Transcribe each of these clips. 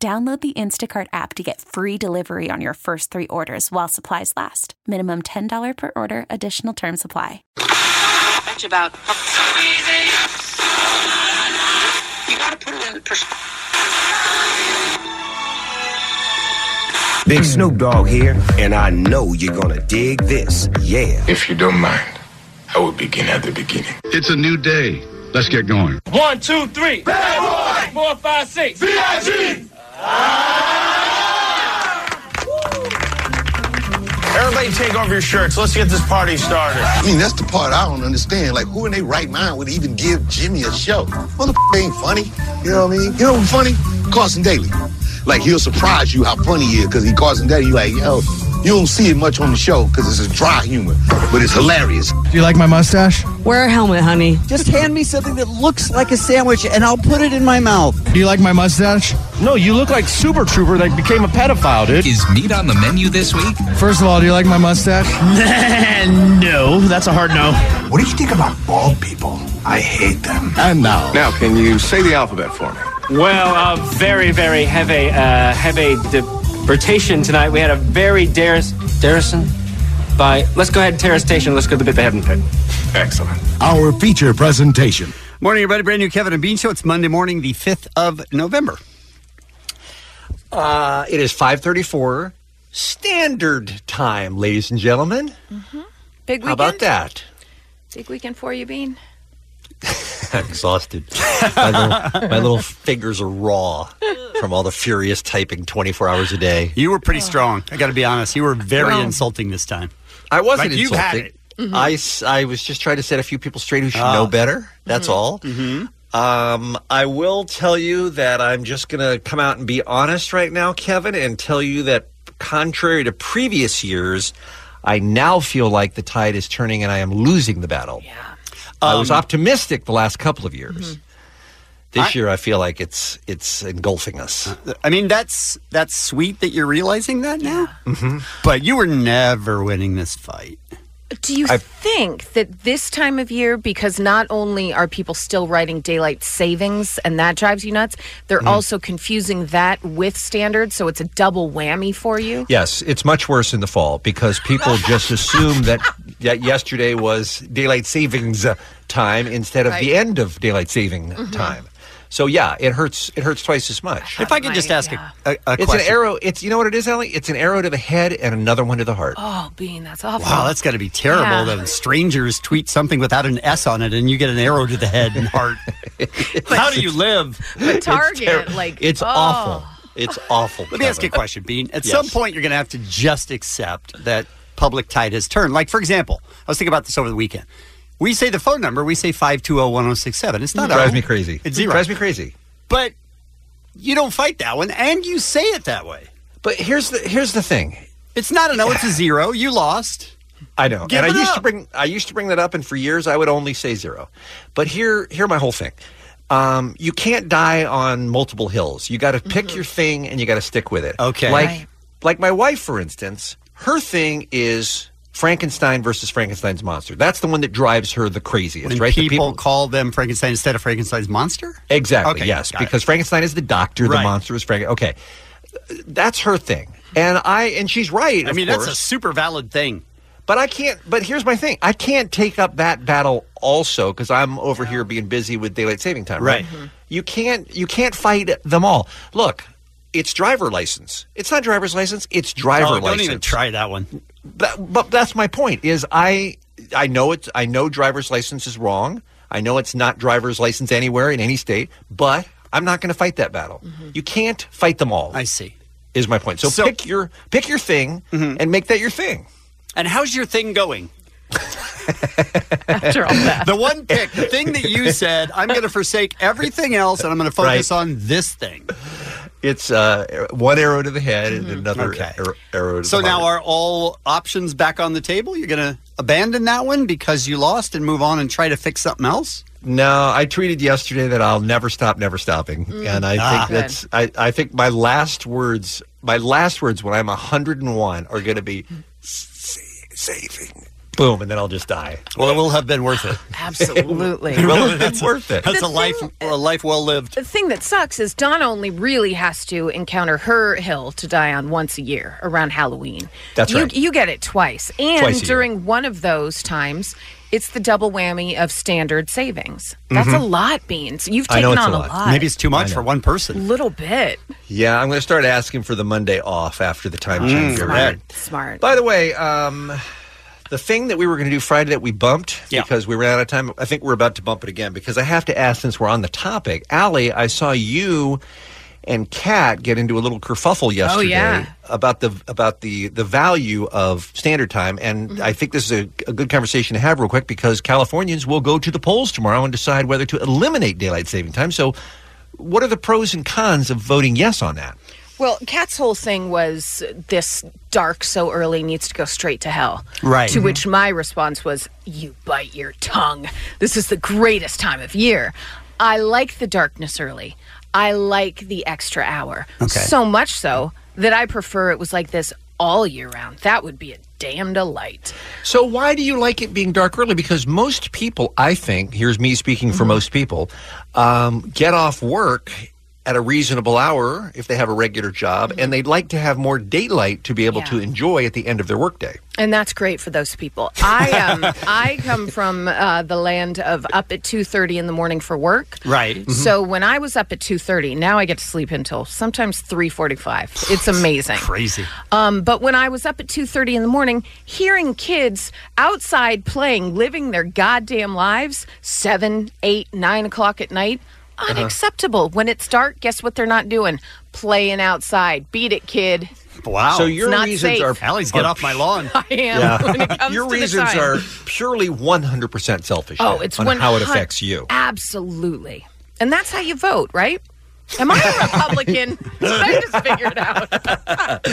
Download the Instacart app to get free delivery on your first three orders while supplies last. Minimum $10 per order, additional term supply. Much about. You gotta put it in perspective. Big Snoop Dogg here, and I know you're gonna dig this. Yeah. If you don't mind, I will begin at the beginning. It's a new day. Let's get going. One, two, three. Bad boy. Four, five, six. VIG. Everybody take off your shirts. Let's get this party started. I mean, that's the part I don't understand. Like, who in their right mind would even give Jimmy a show? Motherfucker ain't funny. You know what I mean? You know what's funny? Carson Daly. Like, he'll surprise you how funny he is because he Carson Daly. You like, yo, you don't see it much on the show because it's a dry humor, but it's hilarious. Do you like my mustache? Wear a helmet, honey. Just hand me something that looks like a sandwich and I'll put it in my mouth. Do you like my mustache? No, you look like Super Trooper that became a pedophile, dude. Is meat on the menu this week? First of all, do you like my mustache? no, that's a hard no. What do you think about bald people? I hate them. And now. Now, can you say the alphabet for me? Well, uh, very, very heavy, uh, heavy deportation tonight. We had a very dares, Darrison by, let's go ahead and tear station. Let's go to the bit they haven't picked. Excellent. Our feature presentation. Morning, everybody. Brand new Kevin and Bean Show. It's Monday morning, the 5th of November. Uh, it is 534 Standard Time, ladies and gentlemen. Mm-hmm. Big weekend. How about that? Big weekend for you, Bean. I'm exhausted. my, little, my little fingers are raw from all the furious typing 24 hours a day. You were pretty strong. I got to be honest. You were very insulting this time. I wasn't Like, you insulting. had it. Mhm. I s- I, was just trying to set a few people straight who should know better. That's all. Mm-hmm. Um, I will tell you that I'm just going to come out and be honest right now, Kevin, and tell you that contrary to previous years, I now feel like the tide is turning and I am losing the battle. Yeah. I was optimistic the last couple of years. This year, Um, I feel like it's it's engulfing us. I mean, that's that's sweet that you're realizing that now. Mm-hmm. But you were never winning this fight. Do you I- think that this time of year, because not only are people still writing daylight savings and that drives you nuts, they're Mhm. also confusing that with standards, so it's a double whammy for you? Yes, it's much worse in the fall because people just assume that that yesterday was daylight savings uh, time instead of the Right. end of daylight saving Mhm. time. So yeah, it hurts. It hurts twice as much. If I could just ask a, a, a it's question. an arrow. It's you know what it is, Ellie. It's an arrow to the head and another one to the heart. Oh, Bean, that's awful. Wow, that's got to be terrible. Yeah. That strangers tweet something without an S on it, and you get an arrow to the head and heart. How do you live? But Target, like, It's oh. awful. It's awful. Let me ask you a Kevin. question, Bean. At Yes. some point, you're going to have to just accept that public tide has turned. Like, for example, I was thinking about this over the weekend. We say the phone number, we say 520 1067. It's not drives O. me crazy. It's zero. Drives me crazy. But you don't fight that one, and you say it that way. But here's the here's the thing. It's not an O, it's a zero. You lost. I know. Give and I it used to up. bring I used to bring that up and for years I would only say zero. But here here my whole thing. Um, you can't die on multiple hills. You got to pick your thing and you got to stick with it. Mm-hmm. Okay. Like Right. like my wife for instance, her thing is Frankenstein versus Frankenstein's monster. That's the one that drives her the craziest, When right? The people, call them Frankenstein instead of Frankenstein's monster? Exactly. Okay, yes, got it. because Frankenstein is the doctor, Right. the monster is Frank. Okay, that's her thing, and I and she's right. I of mean, course. that's a super valid thing. But I can't. But here's my thing: I can't take up that battle also because I'm over here being busy with daylight saving time. Right. Mm-hmm. You can't. You can't fight them all. Look, it's driver license. It's not driver's license. It's driver oh, license. Don't even try that one. That- but that's my point. Is I I know it's I know driver's license is wrong. I know it's not driver's license anywhere in any state. But I'm not going to fight that battle. You can't fight them all. I see. Is my point. So, So- Mm-hmm. pick your pick your thing and make that your thing. And how's your thing going? After all that. The one pick, the thing that you said, I'm going to forsake everything else and I'm going to focus on this thing. It's uh, one arrow to the head Mm-hmm. and another Okay. arrow, arrow to So the now heart. are all options back on the table? You're going to abandon that one because you lost and move on and try to fix something else? No, I tweeted yesterday that I'll never stop, never stopping, Mm. and I Ah. think that's. I, I think my last words, my last words when I'm 101 are going to be "Sa- saving. Boom, and then I'll just die. Well, it will have been worth it. Absolutely. well, it's worth it. That's a life, a life well lived. The thing that sucks is Donna only really has to encounter her hill to die on once a year around Halloween. That's you, right. You get it twice. And Twice a year. during one of those times, it's the double whammy of standard savings. That's a Mhm. lot, Beans. You've taken on a lot. Maybe it's too much for one a person. little bit. Yeah, I'm going to start asking for the Monday off after the time Mm, change. smart. Right. Smart. By the way, um, the thing that we were going to do Friday that we bumped because we ran out of time, I think we're about to bump it again because I have to ask since we're on the topic. Allie, I saw you and Kat get into a little kerfuffle yesterday yeah. about the about the the value of standard time, and I think this is a, a good conversation to have real quick because Californians will go to the polls tomorrow and decide whether to eliminate daylight saving time. So, what are the pros and cons of voting yes on that? Well, Kat's whole thing was this dark so early needs to go straight to hell. Right. To which my response was, You bite your tongue. This is the greatest time of year. I like the darkness early. I like the extra hour. Okay. So much so that I prefer it was like this all year round. That would be a damn delight. So why do you like it being dark early? Because most people, I think, here's me speaking Mm-hmm. for most people, um, get off work at a reasonable hour if they have a regular job, Mm-hmm. and they'd like to have more daylight to be able to enjoy at the end of their workday. And that's great for those people. I um, I come from uh, the land of up at two thirty in the morning for work. Right. So when I was up at two thirty, now I get to sleep until sometimes three forty-five. It's amazing. Crazy. Um, but when I was up at two thirty in the morning, hearing kids outside playing, living their goddamn lives, seven, eight, nine o'clock at night, unacceptable. When it's dark, guess what they're not doing? Playing outside. Beat it, kid. So your It's not reasons safe. are Allie's get off my lawn. I am. When it comes your to the reasons time. are purely 100% selfish. Oh, it's on one how it hun- affects you. Absolutely, and that's how you vote, right? Am I a Republican? I just figured it out.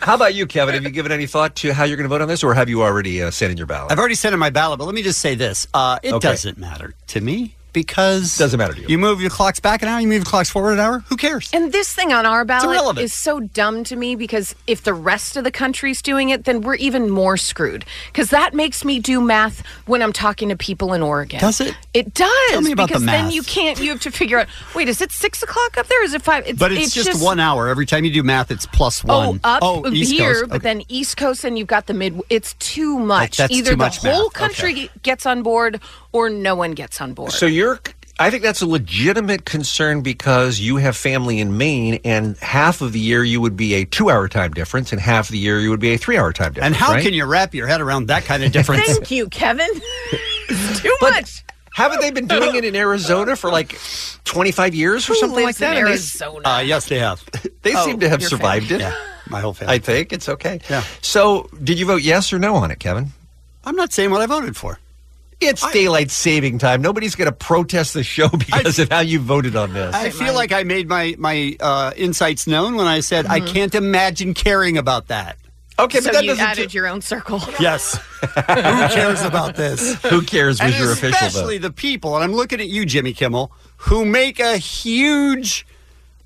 How about you, Kevin? Have you given any thought to how you're going to vote on this, or have you already uh, sent in your ballot? I've already sent in my ballot, Oh, but let me just say this. Uh, it Okay. doesn't matter to me because. Doesn't matter to you. You move your clocks back an hour, you move your clocks forward an hour, who cares? And this thing on our ballot irrelevant. is so dumb to me because if the rest of the country's doing it, then we're even more screwed. Because that makes me do math when I'm talking to people in Oregon. Does it? It does. Tell me about the because then math. you can't. You have to figure out. Wait, is it six o'clock up there? Is it five? It's, but it's, just, one hour. Every time you do math, it's plus one. Oh, up East here, Coast. but Okay. then East Coast, and you've got the mid. It's too much. that's Either too the much math. whole Okay. country gets on board, or no one gets on board. So you're. I think that's a legitimate concern because you have family in Maine, and half of the year you would be a two-hour time difference, and half of the year you would be a three-hour time and difference. how right? can you wrap your head around that kind of difference? Thank you, Kevin. It's too much. Haven't they been doing it in Arizona for like twenty-five years or Who something like lives in that? And they s- Arizona? Uh, yes, they have. They Oh, seem to have your survived family. it. Yeah, my whole family. I think it's okay. Yeah. So, did you vote yes or no on it, Kevin? I'm not saying what I voted for. It's daylight saving time. Nobody's going to protest the show because of how you voted on this. I feel like I made my my uh, insights known when I said I Mm-hmm. can't imagine caring about that. Okay, so you added your own circle. yes. Who cares about this? Who cares was and your official vote. Especially the people, and I'm looking at you, Jimmy Kimmel, who make a huge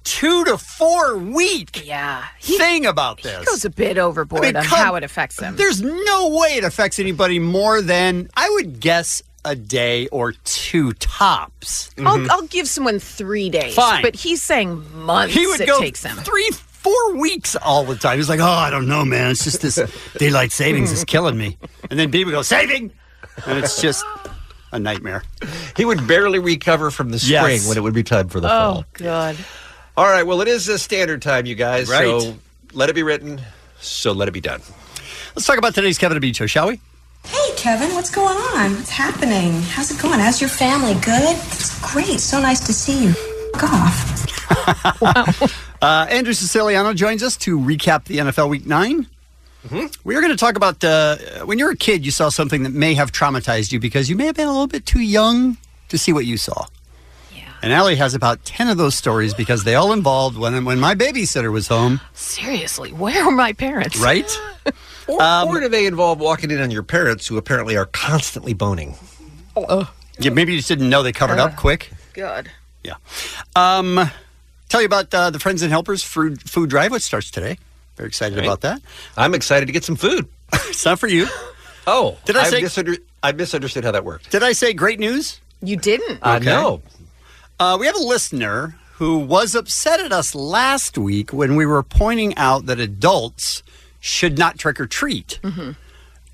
two to four week yeah thing about this. Goes a bit overboard I mean, on come- how it affects them. There's no way it affects anybody more than I would guess a day or two tops. Mm-hmm. I'll, I'll give someone three days. Mm-hmm. Fine. But he's saying months He would it go takes them. three, four weeks all the time. He's like, oh, I don't know, man. It's just this daylight savings Mm-hmm. is killing me. And then people go, saving. And it's just a nightmare. He would barely recover from the spring Yes. when it would be time for the fall. Oh, God. All right. Well, it is a standard time, you guys. So Right. let it be written. So let it be done. Let's talk about today's Kevin and Bean show, shall we? Hey, Kevin, what's going on? What's happening? How's it going? How's your family? Good? It's great. So nice to see you. F- off. Uh, Andrew Siciliano joins us to recap the NFL Week 9. We are going to talk about uh, when you were a kid, you saw something that may have traumatized you because you may have been a little bit too young to see what you saw. Yeah. And Allie has about 10 of those stories because they all involved when, when my babysitter was home, Seriously, where are my parents? right? Um, Or, or do they involve walking in on your parents who apparently are constantly boning? Uh. Oh, Yeah, maybe you just didn't know they covered up quick. God. Um, tell you about uh, the Friends and Helpers food, food drive, which starts today. Very excited about that. I'm excited to get some food. it's not for you. Oh, Did I say- misunder- I misunderstood how that worked. Did I say great news? You didn't. Uh, no. Uh, we have a listener who was upset at us last week when we were pointing out that adults should not trick or treat, Mm. Mm-hmm.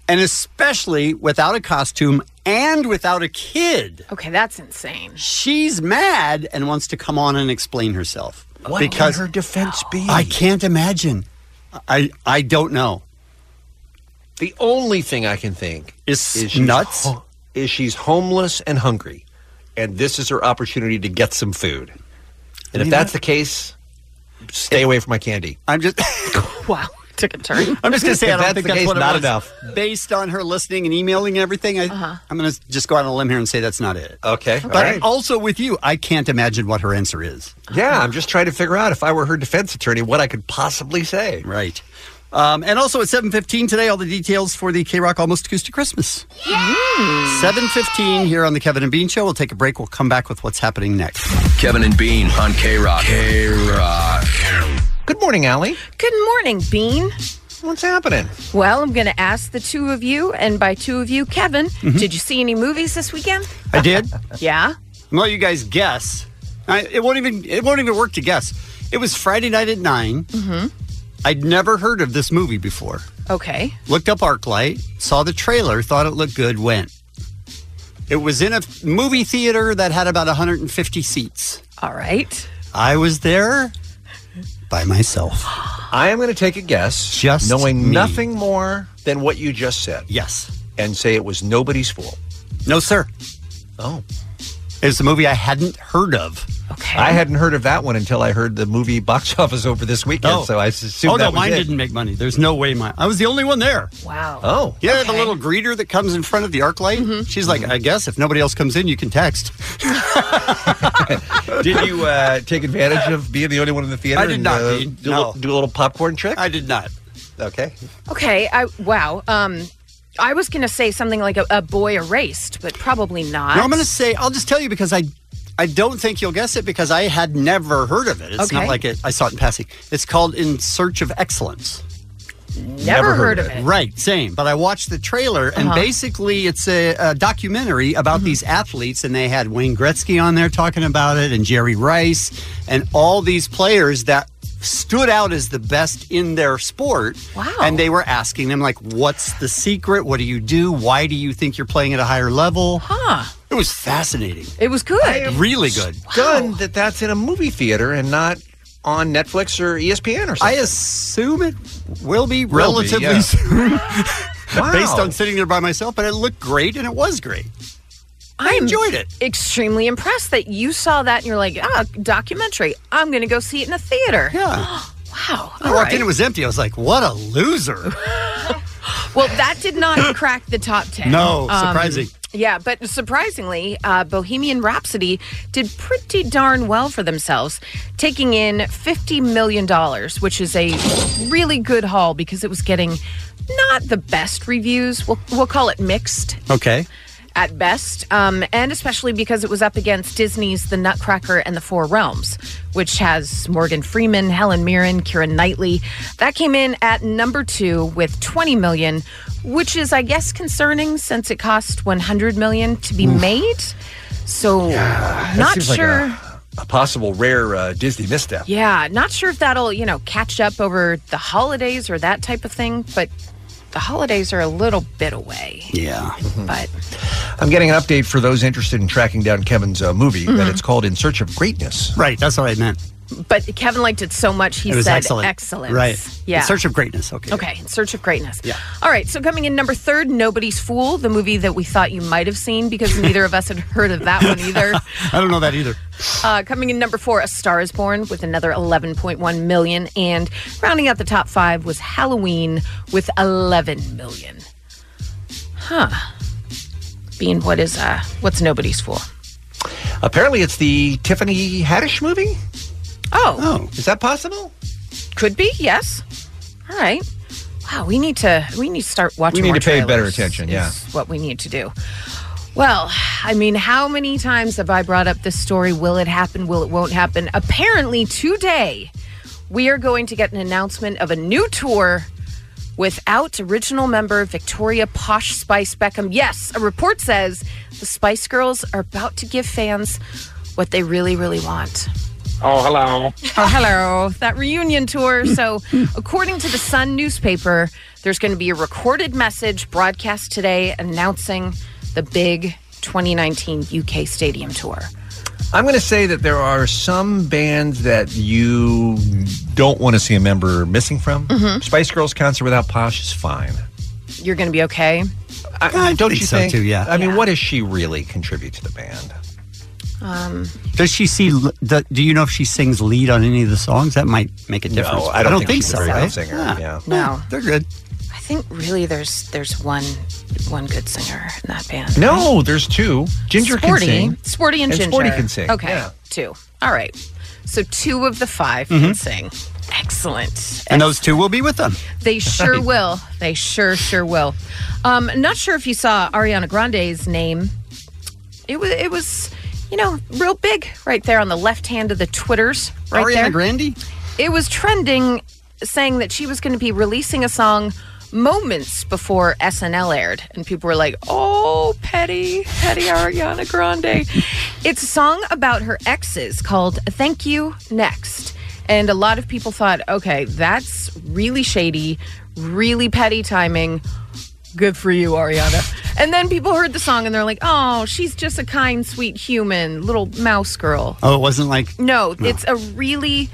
and especially without a costume and without a kid. Okay, that's insane. She's mad and wants to come on and explain herself. What because can her defense be? I can't imagine. I I don't know. The only thing I can think is, is nuts? ho- is she's homeless and hungry, and this is her opportunity to get some food. And if You know- that's the case, stay away from my candy. I'm just wow, took a turn. I'm just gonna say I If don't that's think the that's case, what it not was. enough. Based on her listening and emailing and everything, I, Uh-huh. I'm gonna just go out on a limb here and say that's not it. Okay, But all right. also with you, I can't imagine what her answer is. Yeah, I'm just trying to figure out if I were her defense attorney what I could possibly say. Right. Um, and also at 7.15 today, all the details for the K-Rock Almost Acoustic Christmas. 7.15 here on the Kevin and Bean Show. We'll take a break. We'll come back with what's happening next. Kevin and Bean on K Rock. K Rock. Good morning, Allie. Good morning, Bean. What's happening? Well, I'm going to ask the two of you, and by two of you, Kevin, Mhm. did you see any movies this weekend? I did. Yeah. I'm gonna let you guys guess. I, it won't even it won't even work to guess. It was Friday night at 9. Mm-hmm. I'd never heard of this movie before. Okay. Looked up ArcLight, saw the trailer, thought it looked good, went. It was in a movie theater that had about 150 seats. All right. I was there by myself. I am going to take a guess, Just knowing me. nothing more than what you just said. Yes. and say it was nobody's fault. No, sir. Oh, It was a movie I hadn't heard of. Okay. I hadn't heard of that one until I heard the movie box office over this weekend. So I assumed oh that no, was mine it. didn't make money. There's no way mine. I was the only one there. Wow. Oh, Yeah, the little greeter that comes in front of the arc light. She's like, I guess if nobody else comes in, you can text. did you uh, take advantage of being the only one in the theater? I did and, not, uh, Dean. do, a little, No. do a little popcorn trick. I did not. Okay. Okay. I wow. Um, I was going to say something like a, a boy erased, but probably not. No, I'm going to say I'll just tell you because I I don't think you'll guess it because I had never heard of it. It's Okay. not like it, I saw it in passing. It's called In Search of Excellence. Never, heard, of it. Right, same. But I watched the trailer, and Uh-huh. Mm-hmm. basically, it's a, a documentary about these athletes, and they had Wayne Gretzky on there talking about it, and Jerry Rice, and all these players that stood out as the best in their sport. Wow. And they were asking them, like, what's the secret? What do you do? Why do you think you're playing at a higher level? Huh. It was fascinating. It was good. Really good. Done that. That's in a movie theater and not on Netflix or E ESPN or I something. assume it will be Will be, relatively yeah. soon. Wow. Based on sitting there by myself, but it looked great and it was great. I enjoyed it. Extremely impressed that you saw that and you're like, ah, documentary. I'm going to go see it in a theater. Yeah. wow. I all walked right. in, it was empty. I was like, what a loser. Well, that did not crack the top 10. No, surprising. Yeah, but surprisingly, uh, Bohemian Rhapsody did pretty darn well for themselves, taking in $50 million, which is a really good haul because it was getting not the best reviews. We'll, we'll call it mixed okay. at best, um, and especially because it was up against Disney's The Nutcracker and the Four Realms, which has Morgan Freeman, Helen Mirren, Kieran Knightley. That came in at number two with 20 million, which is, I guess, concerning since it cost 100 million to be made. So, That not seems like sure. a, a possible rare uh, Disney misstep. Yeah, not sure if that'll, you know, catch up over the holidays or that type of thing, but the holidays are a little bit away. Yeah. But Mm-hmm. I'm getting an update for those interested in tracking down Kevin's uh, movie that Mhm. it's called In Search of Greatness. Right. That's what I meant. but Kevin liked it so much he it was said excellent. excellence. Right. Yeah. In search of greatness. Okay. Okay, in search of greatness. Yeah. All right, so coming in number third, Nobody's Fool, the movie that we thought you might have seen because neither of us had heard of that one either. I don't know that either. Uh, coming in number four, A Star is Born with another 11.1 million. And rounding out the top five was Halloween with 11 million. Huh. Being what is, uh, what's Nobody's Fool? Apparently, it's the Tiffany Haddish movie. Oh. Oh, is that possible? Could be, yes. All right. Wow, we need to we need to start watching. we more need to pay better trailers, attention. is Yeah. what we need to do. Well, I mean, how many times have I brought up this story? Will it happen? Will it won't happen? Apparently, today we are going to get an announcement of a new tour without original member Victoria Posh Spice Beckham. Yes, a report says the Spice Girls are about to give fans what they really, really want. Oh, hello. Oh, hello. That reunion tour. So, according to the Sun newspaper, there's going to be a recorded message broadcast today announcing the big 2019 UK stadium tour. I'm going to say that there are some bands that you don't want to see a member missing from. Mhm. Spice Girls concert without Posh is fine. You're going to be okay. I, don't Uh, think you so, think? too, yeah. I mean, what does she really contribute to the band? Um, Does she see? l- the- Do you know if she sings lead on any of the songs? That might make a difference. I don't think think, she's so. a very good right? singer, yeah. no, they're good. I think really there's there's one one good singer in that band. No, there's two. Ginger Sporty, can sing. Sporty and, Ginger. Sporty can sing. Okay, Yeah. Mm-hmm. two. All right. So two of the 5 can Mhm. sing. Excellent. And those two will be with them. They sure Right. will. They sure, sure will. Um, not sure if you saw Ariana Grande's name. It was, it was, you know, real big right there on the left hand of the Twitters. Right Ariana there. Grande? It was trending, saying that she was going to be releasing a song moments before SNL aired, and people were like, "Oh, petty, petty Ariana Grande." it's a song about her exes called "Thank You Next." And a lot of people thought, okay, that's really shady, really petty timing. Good for you, Ariana. And then people heard the song and they're like, oh, she's just a kind, sweet human, little mouse girl. Oh, it wasn't like No, it's a really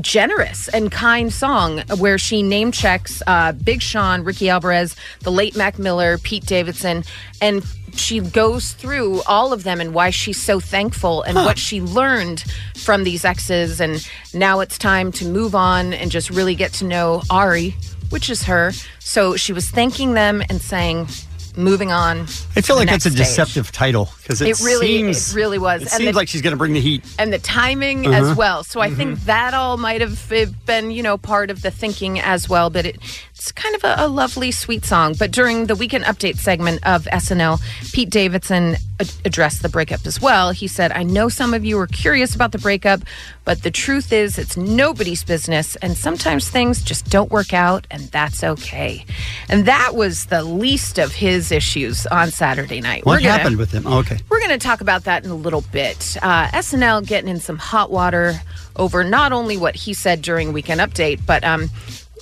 generous and kind song where she name checks uh, Big Sean, Ricky Alvarez, the late Mac Miller, Pete Davidson, and she goes through all of them and why she's so thankful and what she learned from these exes. And now it's time to move on and just really get to know Ari, which is her. So she was thanking them and saying, moving on. I feel to the like that's a next stage." deceptive title because it, It really- seems, it really was. It And seems the- like she's going to bring the heat. and the timing Uh-huh. as well. So I think that all might have uh, been, you know, part of the thinking as well. But it, it's kind of a, a lovely, sweet song. But during the weekend update segment of SNL, Pete Davidson a- addressed the breakup as well. He said, "I know some of you are curious about the breakup, but the truth is, it's nobody's business. And sometimes things just don't work out, and that's okay. And that was the least of his issues on Saturday night. What We're gonna- happened with them? Oh, okay. we're going to talk about that in a little bit. Uh, SNL getting in some hot water over not only what he said during Weekend Update, but um,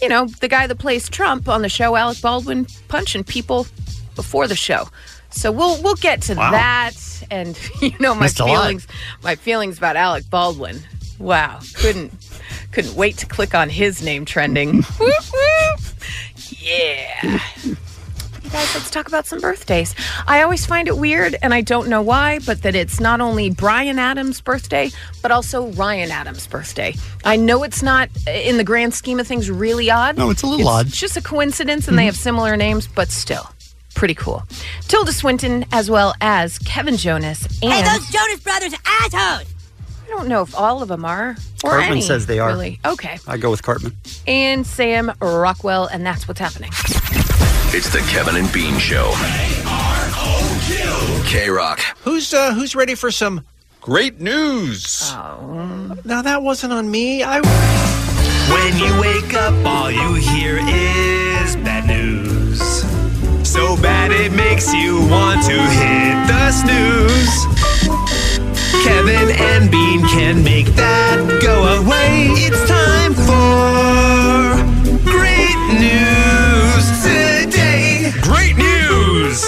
you know the guy that plays Trump on the show, Alec Baldwin, punching people before the show. So we'll we'll get to Wow. that, and you know my Missed a lot. feelings, my feelings about Alec Baldwin. Wow, couldn't couldn't wait to click on his name trending. Whoop, whoop. Yeah. You guys, let's talk about some birthdays. I always find it weird, and I don't know why, but that it's not only Brian Adams' birthday, but also Ryan Adams' birthday. I know it's not, uh, in the grand scheme of things, really odd. No, it's a little odd. Mm-hmm. just a coincidence, and they have similar names, but still, pretty cool. Tilda Swinton, as well as Kevin Jonas, and Hey, those Jonas Brothers assholes. I don't know if all of them are. Or Cartman any, says they are. Really. Okay. I go with Cartman. And Sam Rockwell, and that's what's happening. It's the Kevin and Bean Show. K Rock. Who's uh, who's ready for some great news? Oh. Now that wasn't on me. I When you wake up, all you hear is bad news. So bad it makes you want to hit the snooze. Kevin and Bean can make that go away. It's time for great news today. Great news!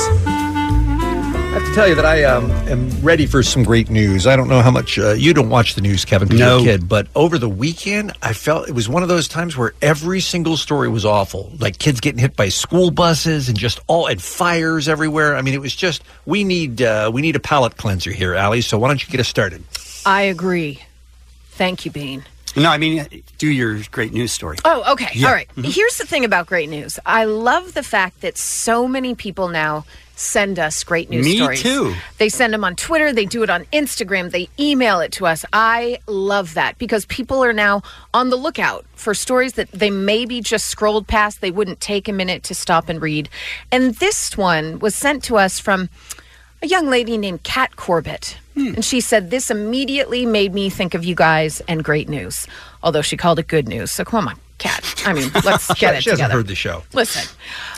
I have to tell you that I um, am ready for some great news. I don't know how much uh, you don't watch the news, Kevin, because No. you're a kid, but over the weekend, I felt it was one of those times where every single story was awful. Like kids getting hit by school buses and just all and fires everywhere. I mean, it was just we need uh, we need a palate cleanser here, Allie. So why don't you get us started? I agree. Thank you, Bean. No, I mean, do your great news story. Oh, okay. Yeah. All right. Mhm. Here's the thing about great news. I love the fact that so many people now send us great news Me stories. too. They send them on Twitter, they do it on Instagram, they email it to us. I love that because people are now on the lookout for stories that they maybe just scrolled past, they wouldn't take a minute to stop and read. And this one was sent to us from a young lady named Kat Corbett. And she said, This immediately made me think of you guys and great news. Although she called it good news. So come on, Kat. I mean, let's get it she hasn't together. heard the show. Listen.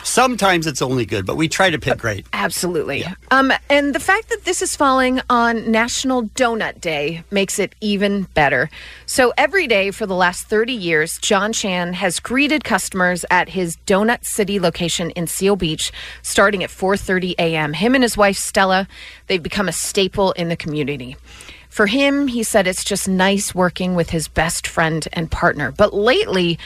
Sometimes it's only good, but we try to pick great. Absolutely. Um, and the fact that this is falling on National Donut Day makes it even better. So every day for the last 30 years, John Chan has greeted customers at his Donut City location in Seal Beach, starting at 4:30 a.m. Him and his wife Stella, they've become a staple in the community. For him, he said it's just nice working with his best friend and partner. But lately,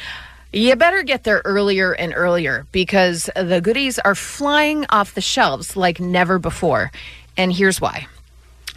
you better get there earlier and earlier because the goodies are flying off the shelves like never before. And here's why.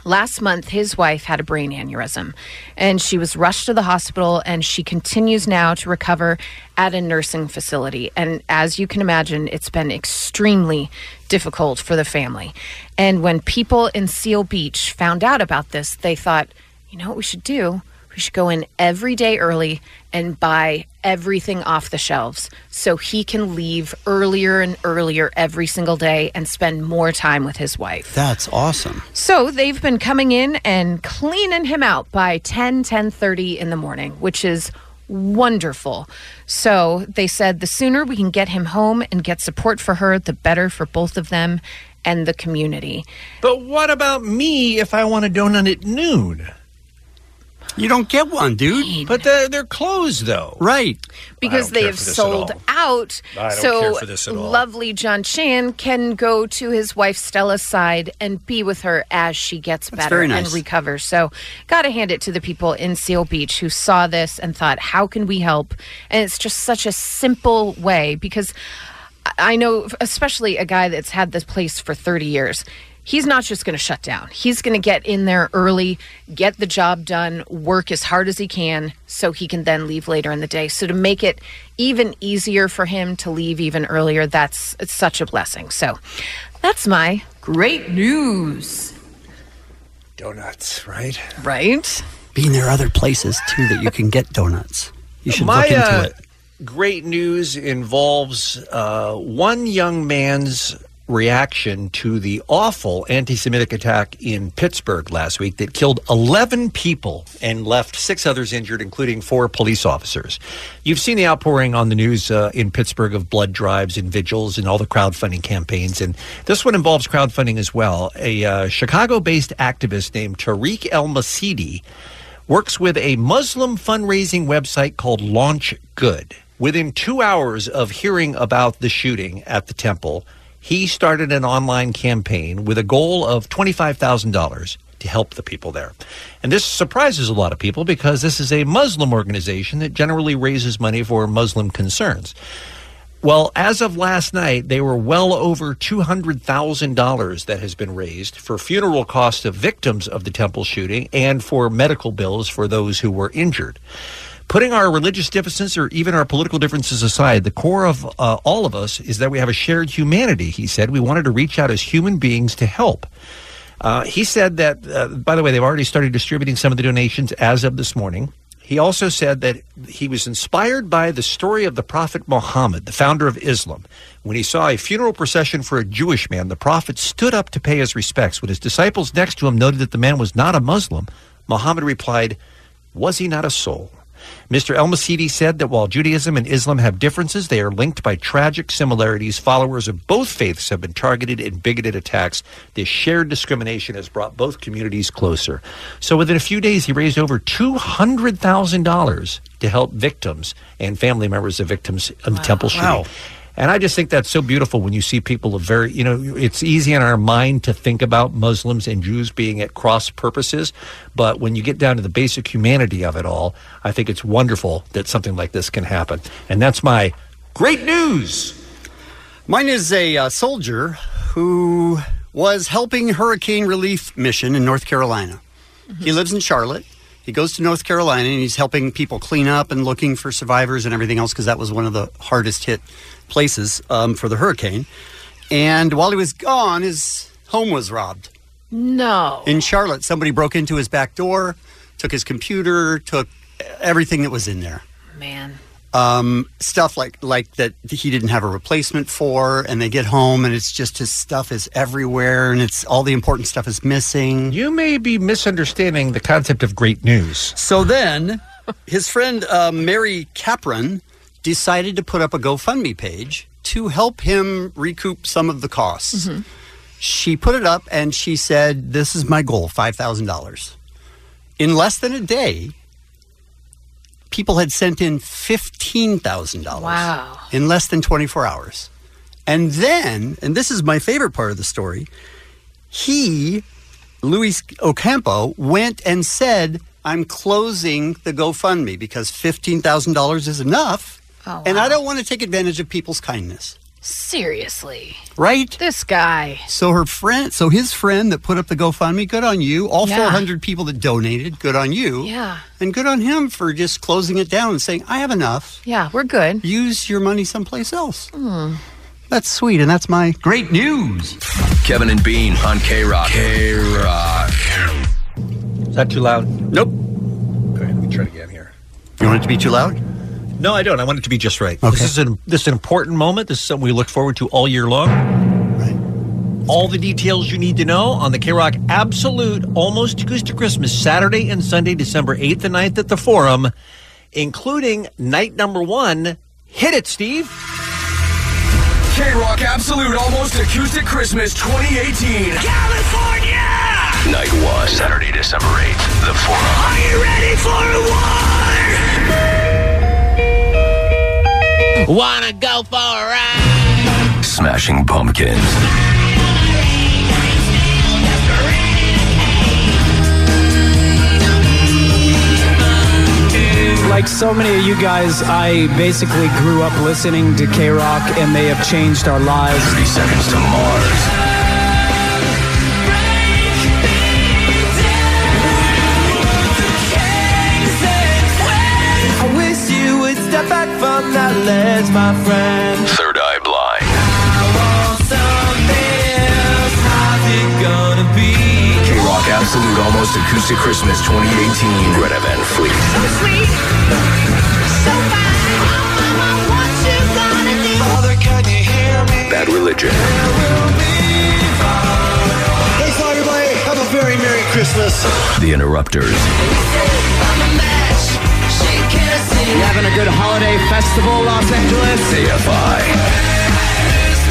Last month, his wife had a brain aneurysm and she was rushed to the hospital and she continues now to recover at a nursing facility. And as you can imagine, it's been extremely difficult for the family. And when people in Seal Beach found out about this, they thought, you know what we should do? We should go in every day early and buy everything off the shelves so he can leave earlier and earlier every single day and spend more time with his wife. That's awesome. So they've been coming in and cleaning him out by 10, 10.30 in the morning, which is wonderful. So they said the sooner we can get him home and get support for her, the better for both of them and the community. But what about me if I want a donut at noon? You don't get one, dude. But they're, they're closed, though. Right. Because they have sold out. I don't so care for this at all. lovely John Chan can go to his wife Stella's side and be with her as she gets better very nice. and recover. So, got to hand it to the people in Seal Beach who saw this and thought, how can we help? And it's just such a simple way because I- I know, especially a guy that's had this place for 30 years. He's not just going to shut down. He's going to get in there early, get the job done, work as hard as he can so he can then leave later in the day. So, to make it even easier for him to leave even earlier, that's it's such a blessing. So, that's my great news. Donuts, right? Right? Being there are other places too that you can get donuts. You should My, look into uh, it. Great news involves uh, one young man's reaction to the awful anti Semitic attack in Pittsburgh last week that killed 11 people and left six others injured, including four police officers. You've seen the outpouring on the news uh, in Pittsburgh of blood drives and vigils and all the crowdfunding campaigns. And this one involves crowdfunding as well. A uh, Chicago based activist named Tariq El Masidi works with a Muslim fundraising website called Launch Good. Within two hours of hearing about the shooting at the temple, he started an online campaign with a goal of $25,000 to help the people there. And this surprises a lot of people because this is a Muslim organization that generally raises money for Muslim concerns. Well, as of last night, they were well over $200,000 that has been raised for funeral costs of victims of the temple shooting and for medical bills for those who were injured. Putting our religious differences or even our political differences aside, the core of uh, all of us is that we have a shared humanity, he said. We wanted to reach out as human beings to help. Uh, he said that, uh, by the way, they've already started distributing some of the donations as of this morning. He also said that he was inspired by the story of the Prophet Muhammad, the founder of Islam. When he saw a funeral procession for a Jewish man, the Prophet stood up to pay his respects. When his disciples next to him noted that the man was not a Muslim, Muhammad replied, Was he not a soul? Mr. El Masidi said that while Judaism and Islam have differences, they are linked by tragic similarities. Followers of both faiths have been targeted in bigoted attacks. This shared discrimination has brought both communities closer. So within a few days, he raised over $200,000 to help victims and family members of victims of the temple shooting. Wow. And I just think that's so beautiful when you see people of very, you know, it's easy in our mind to think about Muslims and Jews being at cross purposes. But when you get down to the basic humanity of it all, I think it's wonderful that something like this can happen. And that's my great news. Mine is a uh, soldier who was helping hurricane relief mission in North Carolina. He lives in Charlotte. He goes to North Carolina and he's helping people clean up and looking for survivors and everything else because that was one of the hardest hit places um, for the hurricane. And while he was gone, his home was robbed. No. In Charlotte, somebody broke into his back door, took his computer, took everything that was in there. Man. Um, stuff like like that he didn't have a replacement for, and they get home and it's just his stuff is everywhere, and it's all the important stuff is missing. You may be misunderstanding the concept of great news. So then, his friend uh, Mary Capron decided to put up a GoFundMe page to help him recoup some of the costs. She put it up and she said, "This is my goal: five thousand dollars." In less than a day, people had sent in fifteen thousand dollars. Wow. In less than twenty four hours, and then, and this is my favorite part of the story, he, Luis Ocampo, went and said, "I'm closing the GoFundMe because fifteen thousand dollars is enough, Oh, and wow. I don't want to take advantage of people's kindness." Seriously. Right? This guy. So her friend, so his friend that put up the GoFundMe, good on you. All Yeah. 400 people that donated, good on you. Yeah. And good on him for just closing it down and saying, I have enough. Yeah, we're good. Hmm. Use your money someplace else. That's sweet. And that's my great news. Kevin and Bean on K Rock. K Rock. Is that too loud? Nope. Okay, let me try it again here. You want it to be too loud? No, I don't. I want it to be just right. This is an this is an important moment. This is something we look forward to all year long. All the details you need to know on the K Rock Absolute Almost Acoustic Christmas Saturday and Sunday, December eighth and 9th at the Forum, including night number one. Hit it, Steve. K Rock Absolute Almost Acoustic Christmas 2018. California! Night one, Saturday, December 8th, the forum. Are you ready for a Wanna go for a ride? Smashing Pumpkins. Like so many of you guys, I basically grew up listening to K Rock and they have changed our lives. 30 Seconds to Mars. I wish you would step back from that ledge, my friend. Third Eye Blind. K Rock Absolute Almost Acoustic Christmas 2018. Greta Van Fleet. Bad Religion. Hey, so everybody, have a very Merry Christmas. The Interrupters. You having a good holiday festival, Los Angeles? AFI.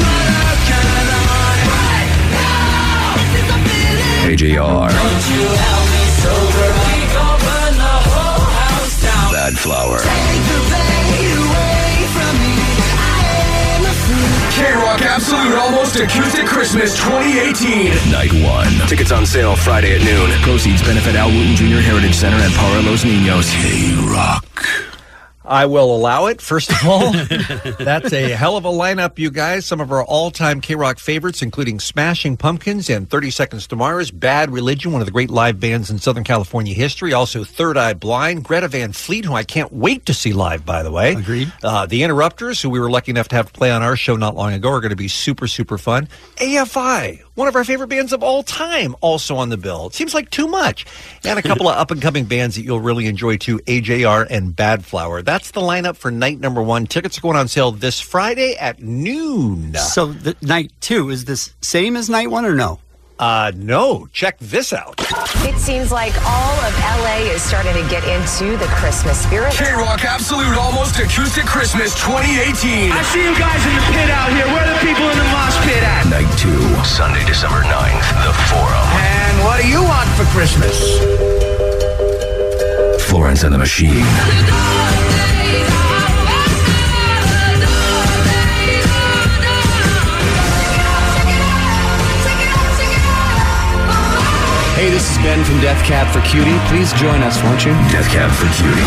AJR. Bad Flower. K Rock Absolute Almost Acoustic Christmas 2018. Night one. Tickets on sale Friday at noon. Proceeds benefit Al Wooten Jr. Heritage Center and Para Los Niños. K Rock. I will allow it. First of all, that's a hell of a lineup, you guys. Some of our all-time K-Rock favorites, including Smashing Pumpkins and 30 Seconds to Mars, Bad Religion, one of the great live bands in Southern California history. Also, Third Eye Blind, Greta Van Fleet, who I can't wait to see live, by the way. Agreed. Uh, the Interrupters, who we were lucky enough to have play on our show not long ago, are going to be super, super fun. AFI, one of our favorite bands of all time, also on the bill. It seems like too much. And a couple of up and coming bands that you'll really enjoy too AJR and Bad Flower. That's the lineup for night number one. Tickets are going on sale this Friday at noon. So the, night two is this same as night one or no? Uh, no. Check this out. It seems like all of LA is starting to get into the Christmas spirit. K Rock Absolute Almost Acoustic Christmas 2018. I see you guys in the pit out here. Where are the people in the mosh pit at? Night two, Sunday, December 9th, the forum. And what do you want for Christmas? Florence and the Machine. Hey, this is Ben from Death Cab for Cutie. Please join us, won't you? Death Cab for Cutie.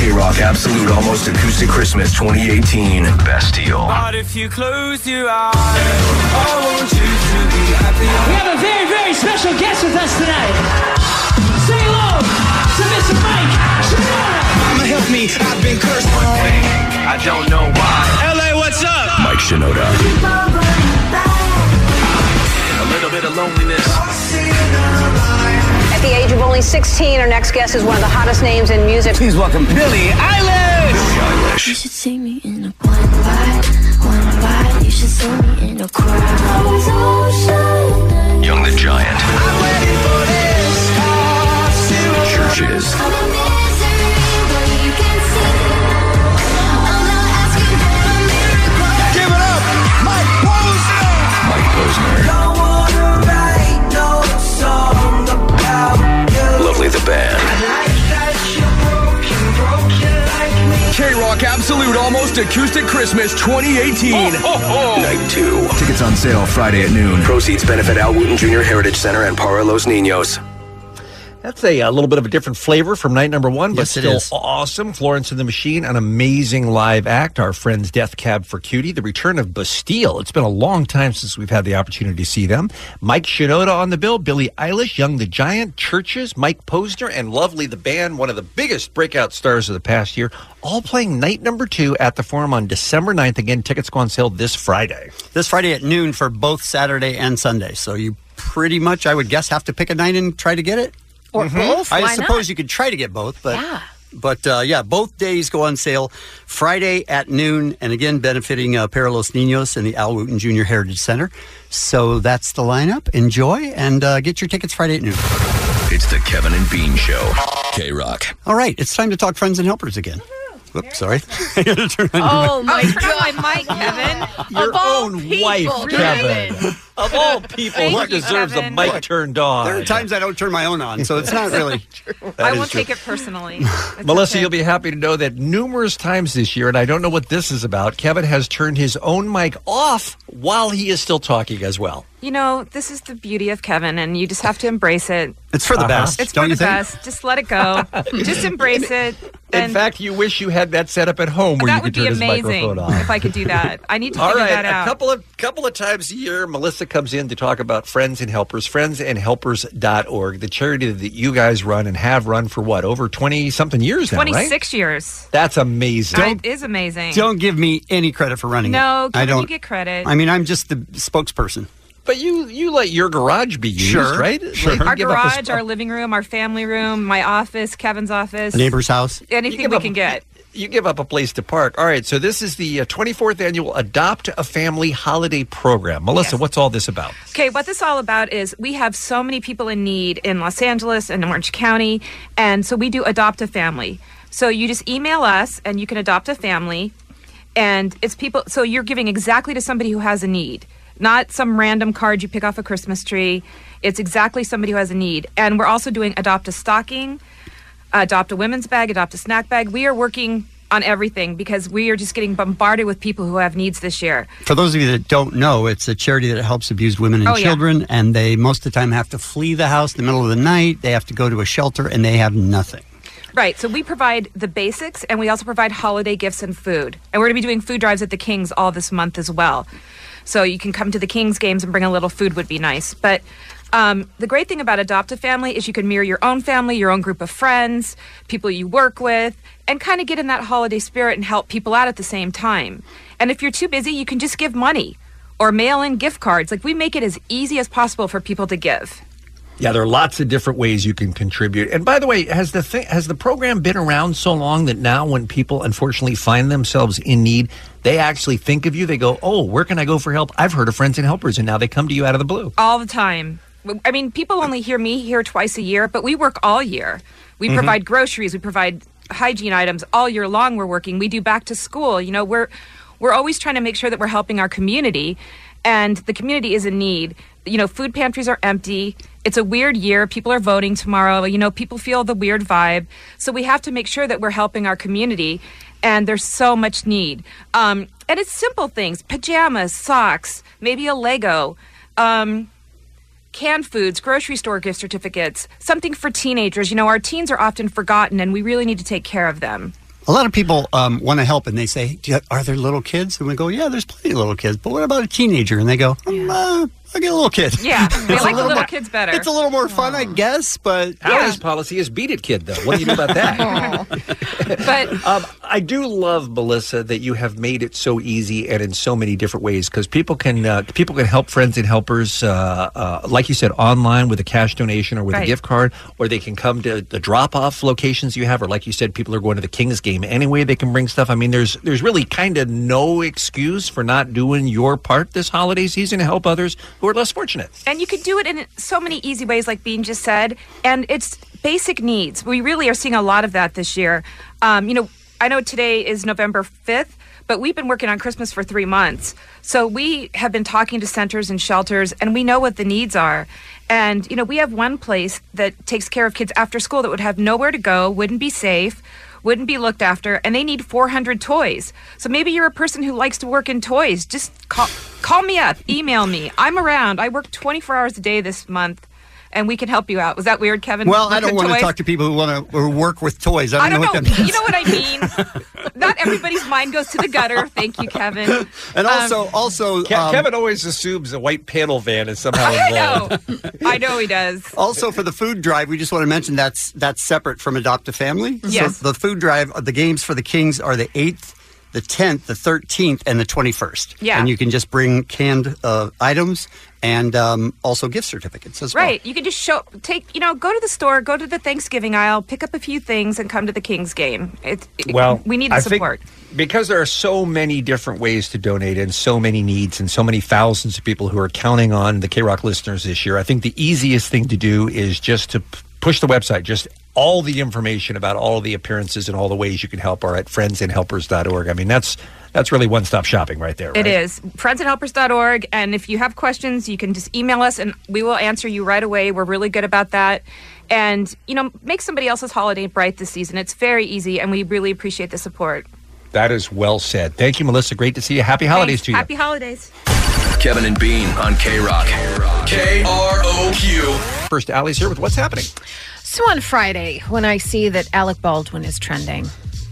K Rock Absolute. Absolute Almost Acoustic Christmas 2018. Best deal. But if you close your eyes, I want you to be happy. We have a very, very special guest with us tonight. Say hello to Mr. Mike Shinoda. Mama, help me. I've been cursed. One thing, I don't know why. LA, what's up? Mike Shinoda. A little bit of loneliness. At the age of only 16, our next guest is one of the hottest names in music. Please welcome Billie Eilish. You should see me in a black light, one light. You should see me in a crowd. I was all shine. Young the Giant. Churches. Give it up, Mike Posner. Mike Posner. Don't wanna write no song about you. Lovely the Band. Like that you're broken, broken like me. K Rock Absolute Almost Acoustic Christmas 2018. Night 2. Tickets on sale Friday at noon. Proceeds benefit Al Wooten Jr. Heritage Center and Para Los Niños. That's a, uh, little bit of a different flavor from night number one, but Yes, it still is. awesome. Florence and the Machine, an amazing live act. Our friends Death Cab for Cutie, the return of Bastille. It's been a long time since we've had the opportunity to see them. Mike Shinoda on the bill, Billie Eilish, Young the Giant, Churches, Mike Posner, and Lovely the Band, one of the biggest breakout stars of the past year, all playing night number two at the Forum on December 9th. Again, tickets go on sale this Friday. This Friday at noon for both Saturday and Sunday. So you pretty much, I would guess, have to pick a night and try to get it. Or Mm-hmm. both, I why suppose not? you could try to get both, but Yeah. but uh, yeah, both days go on sale Friday at noon, and again benefiting uh, Para Los Niños and the Al Wooten Jr. Heritage Center. So that's the lineup. Enjoy and uh, get your tickets Friday at noon. It's the Kevin and Bean Show. K Rock. All right, it's time to talk friends and helpers again. Whoops, sorry. I gotta turn on your mic. Oh my God, Mike, Kevin. Your of all own people, wife, really? Kevin. of all people, Thank who you, deserves a Kevin. mic turned on? There are times I don't turn my own on, so it's not really. That I is won't true. take it personally. Melissa, you'll be happy to know that numerous times this year, and I don't know what this is about, Kevin has turned his own mic off while he is still talking as well. You know, this is the beauty of Kevin, and you just have to embrace it. It's for the best, It's don't for you the think? best. Just let it go. just embrace it. In And fact, you wish you had that set up at home where that you would could be turn his amazing microphone on. if I could do that. I need to All figure right, that a out. couple of couple of times a year, Melissa comes in to talk about friends and helpers, friendandhelpers.org, the charity that you guys run and have run for what over twenty something years now, right? 26 years. That's amazing. I- It is amazing. Don't give me any credit for running it. no, I Kevin, don't. you get credit. I mean, I'm just the spokesperson. But you you let your garage be used, Sure. right? Sure. Like, you our give up garage, a- our living room, our family room, my office, Kevin's office, house. anything we can get. You give up a place to park. All right, so this is the uh, 24th annual Adopt a Family Holiday Program. Melissa, what's all this about? Okay, what this all about is we have so many people in need in Los Angeles and Orange County, and so we do adopt a family. So you just email us, and you can adopt a family, and it's people. So you're giving exactly to somebody who has a need, not some random card you pick off a Christmas tree. It's exactly somebody who has a need, and we're also doing adopt a stocking, adopt a women's bag, adopt a snack bag. We are working on everything because we are just getting bombarded with people who have needs this year. For those of you that don't know, it's a charity that helps abused women and Oh, yeah. children, and they most of the time have to flee the house in the middle of the night. They have to go to a shelter, and they have nothing. Right. So we provide the basics and we also provide holiday gifts and food. And we're going to be doing food drives at the Kings all this month as well. So you can come to the Kings games and bring a little food would be nice. But um, the great thing about Adopt a Family is you can mirror your own family, your own group of friends, people you work with, and kind of get in that holiday spirit and help people out at the same time. And if you're too busy, you can just give money or mail in gift cards. Like we make it as easy as possible for people to give. Yeah, there are lots of different ways you can contribute. And by the way, has the thing, has the program been around so long that now when people unfortunately find themselves in need, they actually think of you. They go, "Oh, where can I go for help? I've heard of Friends and Helpers," and now they come to you out of the blue. all the time. I mean, people only hear me here twice a year, but we work all year. We Mhm. provide groceries, we provide hygiene items all year long. We're working. We do back to school. You know, we're we're always trying to make sure that we're helping our community, and the community is in need. You know, food pantries are empty. It's a weird year. People are voting tomorrow. You know, people feel the weird vibe. So we have to make sure that we're helping our community, and there's so much need. Um, and it's simple things: pajamas, socks, maybe a Lego. Um, canned foods, grocery store gift certificates, something for teenagers. You know, our teens are often forgotten and we really need to take care of them. A lot of people um, want to help, and they say, Do you, "Are there little kids?" And we go, "Yeah, there's plenty of little kids." But what about a teenager? And they go, um, uh, "I get a little kid." Yeah, they It's a like the little little more- kids better. It's a little more fun, I guess. But Ali's policy is beat it, kid. Though, what do you do about that? but um, I do love Melissa that you have made it so easy and in so many different ways because people can uh, people can help friends and helpers, uh, uh, like you said, online with a cash donation or with a Right. gift card, or they can come to the drop off locations you have, or like you said, people are going to the Kings game anyway. They can bring stuff. I mean, there's there's really kind of no excuse for not doing your part this holiday season to help others who are less fortunate. And you could do it in so many easy ways, like Bean just said. And it's basic needs. We really are seeing a lot of that this year. Um, you know, I know today is November 5th, but we've been working on Christmas for three months. So we have been talking to centers and shelters, and we know what the needs are. And, you know, we have one place that takes care of kids after school that would have nowhere to go, wouldn't be safe wouldn't be looked after, and they need 400 toys. So maybe you're a person who likes to work in toys. Just call, call me up, email me. I'm around. I work 24 hours a day this month, and we can help you out. Was that weird, Kevin? well, Work I don't with want to toys? talk to people who want to work with toys. I I don't, don't know, know. what that means. You know what I mean? Not everybody's mind goes to the gutter. Thank you, Kevin. Um, And also, also, Ke- um, Kevin always assumes a white panel van is somehow I involved. know. I know he does. Also, for the food drive, we just want to mention that's that's separate from Adopt a Family. Yes. So the food drive, the games for the Kings are the eighth, the tenth, the thirteenth, and the twenty-first. Yeah. And you can just bring canned uh, items and um, also gift certificates as well. Right. You can just show, take, you know, go to the store, go to the Thanksgiving aisle, pick up a few things, and come to the Kings game. It, it- Well, we need the I think support. because there are so many different ways to donate and so many needs and so many thousands of people who are counting on the K Rock listeners this year. I think the easiest thing to do is just to p- push the website. Just all the information about all the appearances and all the ways you can help are at friendsandhelpers.org. I mean, that's that's really one stop shopping right there. Right? It is friendsandhelpers.org. And if you have questions, you can just email us and we will answer you right away. We're really good about that. And, you know, make somebody else's holiday bright this season. It's very easy and we really appreciate the support. That is well said. Thank you, Melissa. Great to see you. Happy holidays Thanks. to you. Happy holidays. Kevin and Bean on K Rock. K R O Q. First, Allie's here with what's happening. So on Friday, when I see that Alec Baldwin is trending,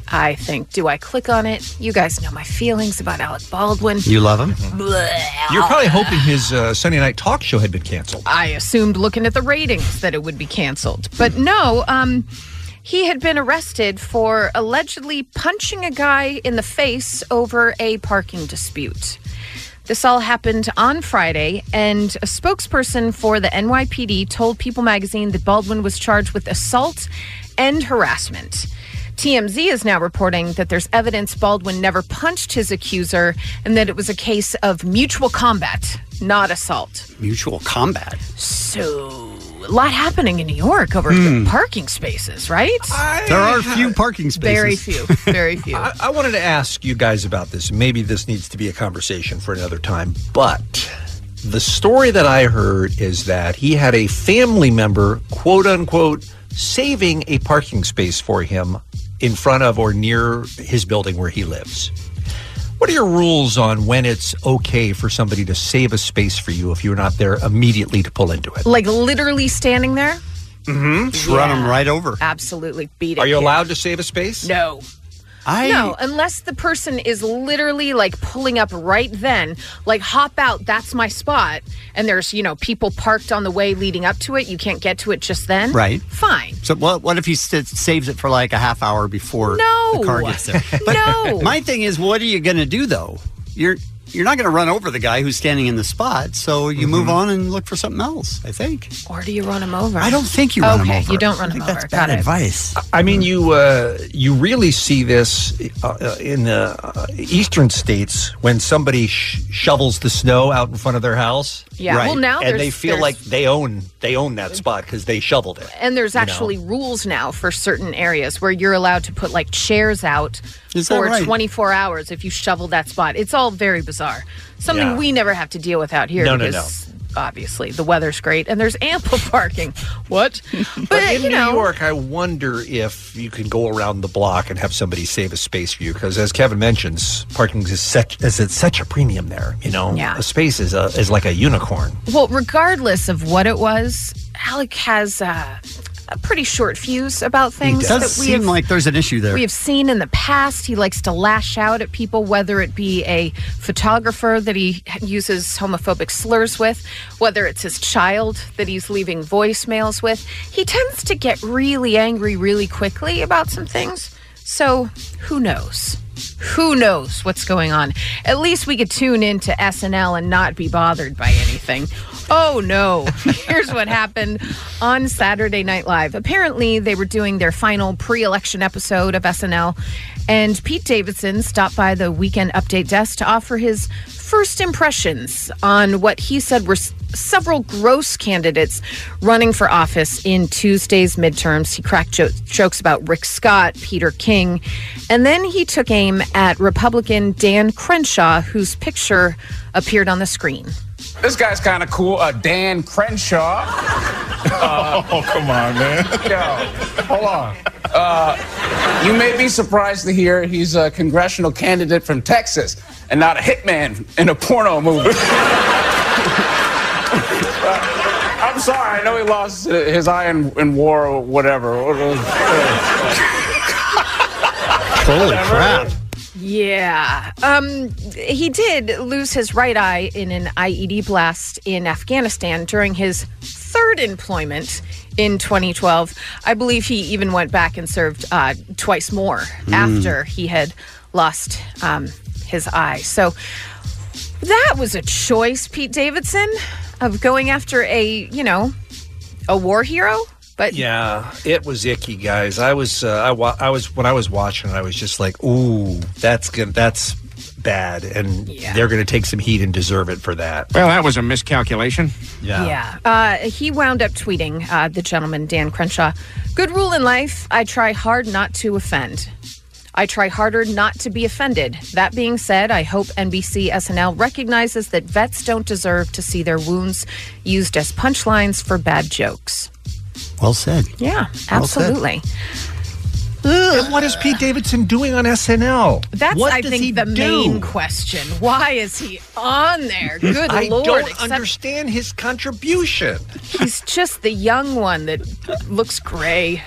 I think, do I click on it? You guys know my feelings about Alec Baldwin. You love him? Bleh. You're probably hoping his uh, Sunday night talk show had been canceled. I assumed looking at the ratings that it would be canceled. But no, um, he had been arrested for allegedly punching a guy in the face over a parking dispute. This all happened on Friday, and a spokesperson for the NYPD told People magazine that Baldwin was charged with assault and harassment. TMZ is now reporting that there's evidence Baldwin never punched his accuser and that it was a case of mutual combat, not assault. Mutual combat. So, a lot happening in New York over Hmm. parking spaces, right? there are few parking spaces. Very few. Very few. I, I wanted to ask you guys about this. Maybe this needs to be a conversation for another time, but the story that I heard is that he had a family member, quote unquote, saving a parking space for him in front of or near his building where he lives. What are your rules on when it's okay for somebody to save a space for you if you're not there immediately to pull into it? like literally standing there? Hmm? Mm-hmm. Just run 'em right over. Absolutely beat it. Are you kid. allowed to save a space? No. No, unless the person is literally like pulling up right then, like hop out, that's my spot, and there's, you know, people parked on the way leading up to it, you can't get to it just then. Right. Fine. So what? What if he s saves it for like a half hour before No. the car gets there? But No. My thing is, what are you going to do though? You're you're not going to run over the guy who's standing in the spot. So you move on and look for something else. I think. Or do you run him over? I don't think you run okay, him over. you don't run him over. Got it. advice. I mean, you uh, you really see this uh, uh, in the uh, eastern states when somebody sh- shovels the snow out in front of their house. Yeah, well, now and they there's- feel there's- like they own they own that spot because they shoveled it. And there's you know? actually rules now for certain areas where you're allowed to put like chairs out Is that for right? 24 hours if you shovel that spot. It's all very bizarre. Something Yeah. we never have to deal with out here No, no, because obviously the weather's great and there's ample parking. what? But, in you New know, York, I wonder if you can go around the block and have somebody save a space for you because, as Kevin mentions, parking is such is at such a premium there. You know, Yeah. a space is a, is like a unicorn. well, regardless of what it was, Alec has uh, a pretty short fuse about things It does that we seem have, like there's an issue there. we have seen in the past. He likes to lash out at people, whether it be a photographer that he uses homophobic slurs with, whether it's his child that he's leaving voicemails with. He tends to get really angry really quickly about some things. So who knows? Who knows what's going on? At least we could tune into SNL and not be bothered by anything. Oh no. Here's what happened on Saturday Night Live. Apparently, they were doing their final pre election episode of SNL, and Pete Davidson stopped by the weekend update desk to offer his first impressions on what he said were s- several gross candidates running for office in Tuesday's midterms. He cracked jo- jokes about Rick Scott, Peter King, and then he took aim at Republican Dan Crenshaw, whose picture appeared on the screen. This guy's kind of cool, uh, Dan Crenshaw. oh, come on, man. Yo, hold on. Uh, you may be surprised to hear he's a congressional candidate from Texas and not a hitman in a porno movie. Uh, I'm sorry, I know he lost uh, his eye in, in war or whatever. Holy crap. Yeah. Um, he did lose his right eye in an IED blast in Afghanistan during his third employment in 2012. I believe he even went back and served uh, twice more Mm. after he had lost um, his eye. So that was a choice, Pete Davidson, of going after a, you know, a war hero. But Yeah, it was icky, guys. I was, uh, I, wa- I was when I was watching it, I was just like, "Ooh, that's gonna, that's bad," and they're going to take some heat and deserve it for that. Well, that was a miscalculation. Yeah. Uh, he wound up tweeting, uh, the gentleman, Dan Crenshaw. Good rule in life I try hard not to offend. I try harder not to be offended. That being said, I hope NBC SNL recognizes that vets don't deserve to see their wounds used as punchlines for bad jokes. Well said. Yeah, Well said. absolutely. And what is Pete Davidson doing on SNL? That's, what I does think, he the do? main question. Why is he on there? Good I lord! don't understand his contribution. He's just the young one that looks gray.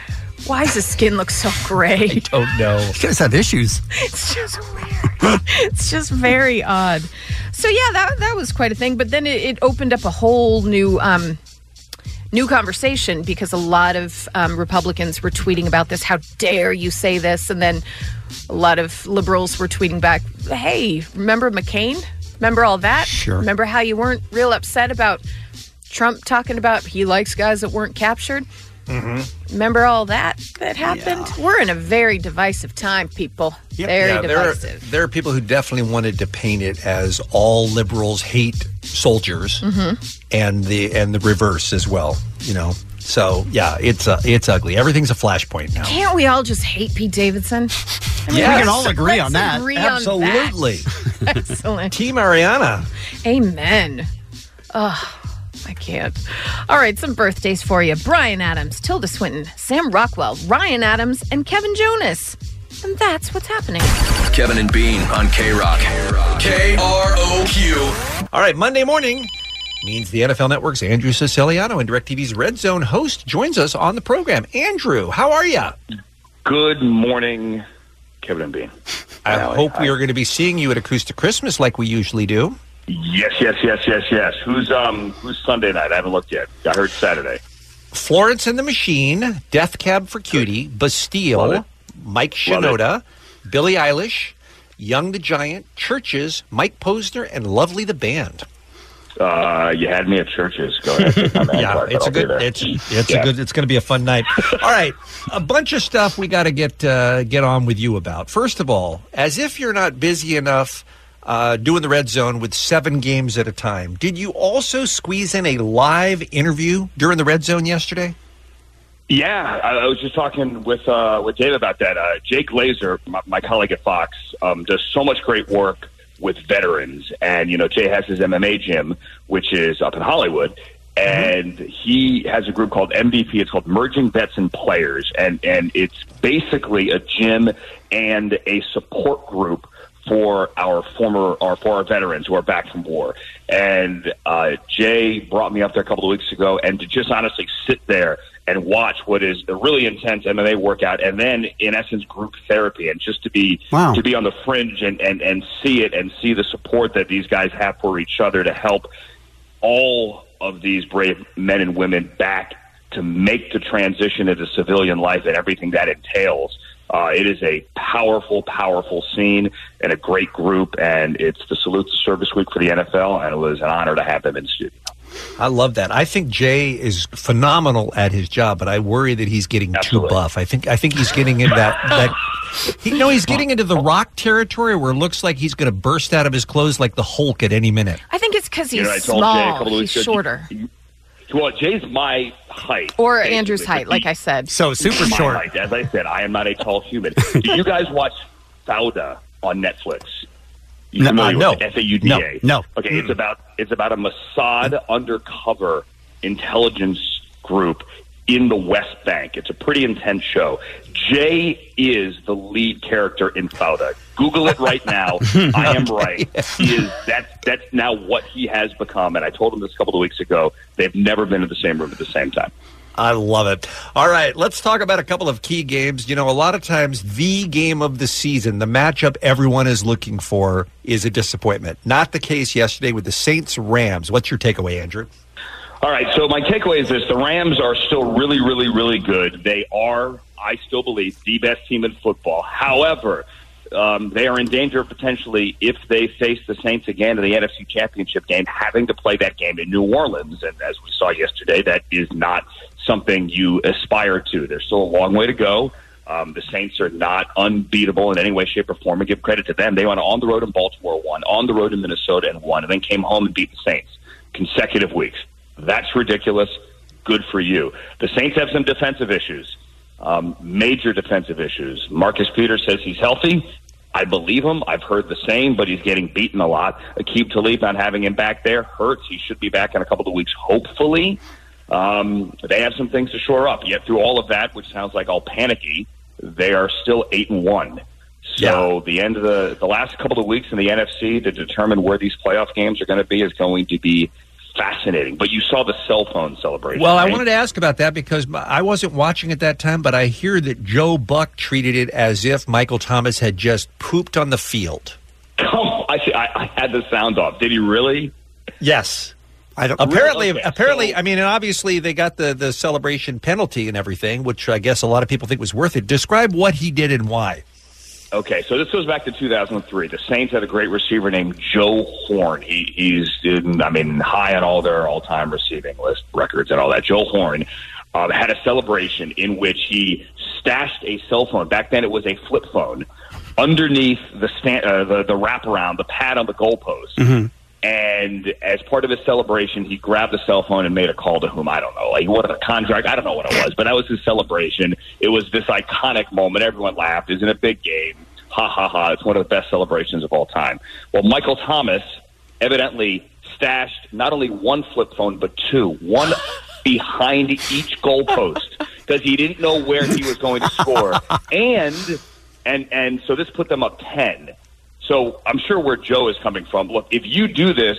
Why does his skin look so gray? don't know. You guys have issues. It's just weird. it's just very odd. So yeah, that that was quite a thing. But then it, it opened up a whole new. Um, new conversation because a lot of um, Republicans were tweeting about this. How dare you say this? And then a lot of liberals were tweeting back, hey, remember McCain? Remember all that? Sure. Remember how you weren't real upset about Trump talking about he likes guys that weren't captured? Remember all that that happened? We're in a very divisive time, people. Very Yeah, there are, divisive. there are people who definitely wanted to paint it as all liberals hate soldiers, Mhm. and the and the reverse as well. You know, so yeah, it's uh, it's ugly. Everything's a flashpoint now. Can't we all just hate Pete Davidson? Yes. I We can all agree let's on that. agree on that. Absolutely. Excellent. Team Ariana. Amen. Oh, I can't. All right, some birthdays for you Brian Adams, Tilda Swinton, Sam Rockwell, Ryan Adams, and Kevin Jonas. And that's what's happening. Kevin and Bean on K Rock. K R O Q. All right, Monday morning means the NFL Network's Andrew Siciliano and DirecTV's Red Zone host joins us on the program. Andrew, how are you? Good morning, Kevin and Bean. I hope we are going to be seeing you at Acoustic Christmas like we usually do. Yes, yes, yes, yes, yes. Who's um who's Sunday night? I haven't looked yet. I heard Saturday. Florence and the Machine, Death Cab for Cutie, Bastille, Mike Love it. Shinoda, Billie Eilish, Young the Giant, Churches, Mike Posner, and Lovely the Band. Uh, you had me at churches. Go ahead. I'm at yeah, Clark, it's I'll a be good. there. It's it's Yeah. a good. It's going to be a fun night. All right, a bunch of stuff we got to get uh, get on with you about. First of all, as if you're not busy enough uh, doing the red zone with seven games at a time, did you also squeeze in a live interview during the red zone yesterday? Yeah, I, I was just talking with uh, with Dave about that. Uh, Jake Laser, my, my colleague at Fox, um, does so much great work with veterans, and you know Jay has his MMA gym, which is up in Hollywood, and he has a group called MVP. It's called Merging Vets and Players, and and it's basically a gym and a support group for our former or for our veterans who are back from war. And uh, Jay brought me up there a couple of weeks ago, and to just honestly sit there and watch what is a really intense MMA workout, and then in essence group therapy, and just to be Wow. to be on the fringe and, and and see it and see the support that these guys have for each other to help all of these brave men and women back to make the transition into civilian life and everything that entails. Uh, it is a powerful, powerful scene and a great group, and it's the salute to service week for the NFL, and it was an honor to have them in studio. I love that. I think Jay is phenomenal at his job, but I worry that he's getting too buff. I think I think he's getting in that that he, no, he's getting into the rock territory where it looks like he's going to burst out of his clothes like the Hulk at any minute. I think it's because You he's know, I told Jay a small. couple of He's weeks ago, shorter. Well, Jay's my height. Or basically, Andrew's but height, he- like I said. My height. As I said, I am not a tall human. Do you guys watch Fauda on Netflix? You No, familiar uh, no. with it? F-A-U-D-A? No, no. Okay, it's about it's about a Mossad undercover intelligence group in the West Bank. It's a pretty intense show. Jay is the lead character in Fauda. Google it right now. I am right. He is that's that's now what he has become. And I told him this a couple of weeks ago. They've never been in the same room at the same time. I love it. All right, let's talk about a couple of key games. You know, a lot of times the game of the season, the matchup everyone is looking for, is a disappointment. Not the case yesterday with the Saints Rams. What's your takeaway, Andrew? All right. So my takeaway is this: the Rams are still really, really, really good. They are, I still believe, the best team in football. However, um, they are in danger of potentially, if they face the Saints again in the NFC Championship game, having to play that game in New Orleans. And as we saw yesterday, that is not something you aspire to. There's still a long way to go. Um, the Saints are not unbeatable in any way, shape, or form. And give credit to them. They went on the road in Baltimore, won on the road in Minnesota, and won, and then came home and beat the Saints consecutive weeks. That's ridiculous. Good for you. The Saints have some defensive issues, um, major defensive issues. Marcus Peters says he's healthy. I believe him. I've heard the same, but he's getting beaten a lot. Akib Talib not having him back there hurts. He should be back in a couple of weeks, hopefully. Um, they have some things to shore up. Yet through all of that, which sounds like all panicky, they are still eight and one. So the end of the the last couple of weeks in the NFC to determine where these playoff games are going to be is going to be fascinating. But you saw the cell phone celebration. Well, I right? wanted to ask about that because my- I wasn't watching at that time, but I hear that Joe Buck treated it as if Michael Thomas had just pooped on the field. Come, I, I, I had the sound off. Did he really? Yes. I don't, apparently, Really? Okay, apparently, I mean, and obviously they got the the celebration penalty and everything, which I guess a lot of people think was worth it. Describe what he did and why. Okay, so this goes back to 2003. The Saints had a great receiver named Joe Horn. He, he's, in, I mean, high on all their all-time receiving list records and all that. Joe Horn um, had a celebration in which he stashed a cell phone. Back then, it was a flip phone underneath the stand, uh, the, the wraparound, the pad on the goalpost. And as part of his celebration, he grabbed the cell phone and made a call to whom I don't know. Like, what a contract? I don't know what it was, but that was his celebration. It was this iconic moment. Everyone laughed. It was in a big game. Ha ha ha. It's one of the best celebrations of all time. Well, Michael Thomas evidently stashed not only one flip phone, but two. One behind each goalpost because he didn't know where he was going to score. And, and, and so this put them up 10. So I'm sure where Joe is coming from. Look, if you do this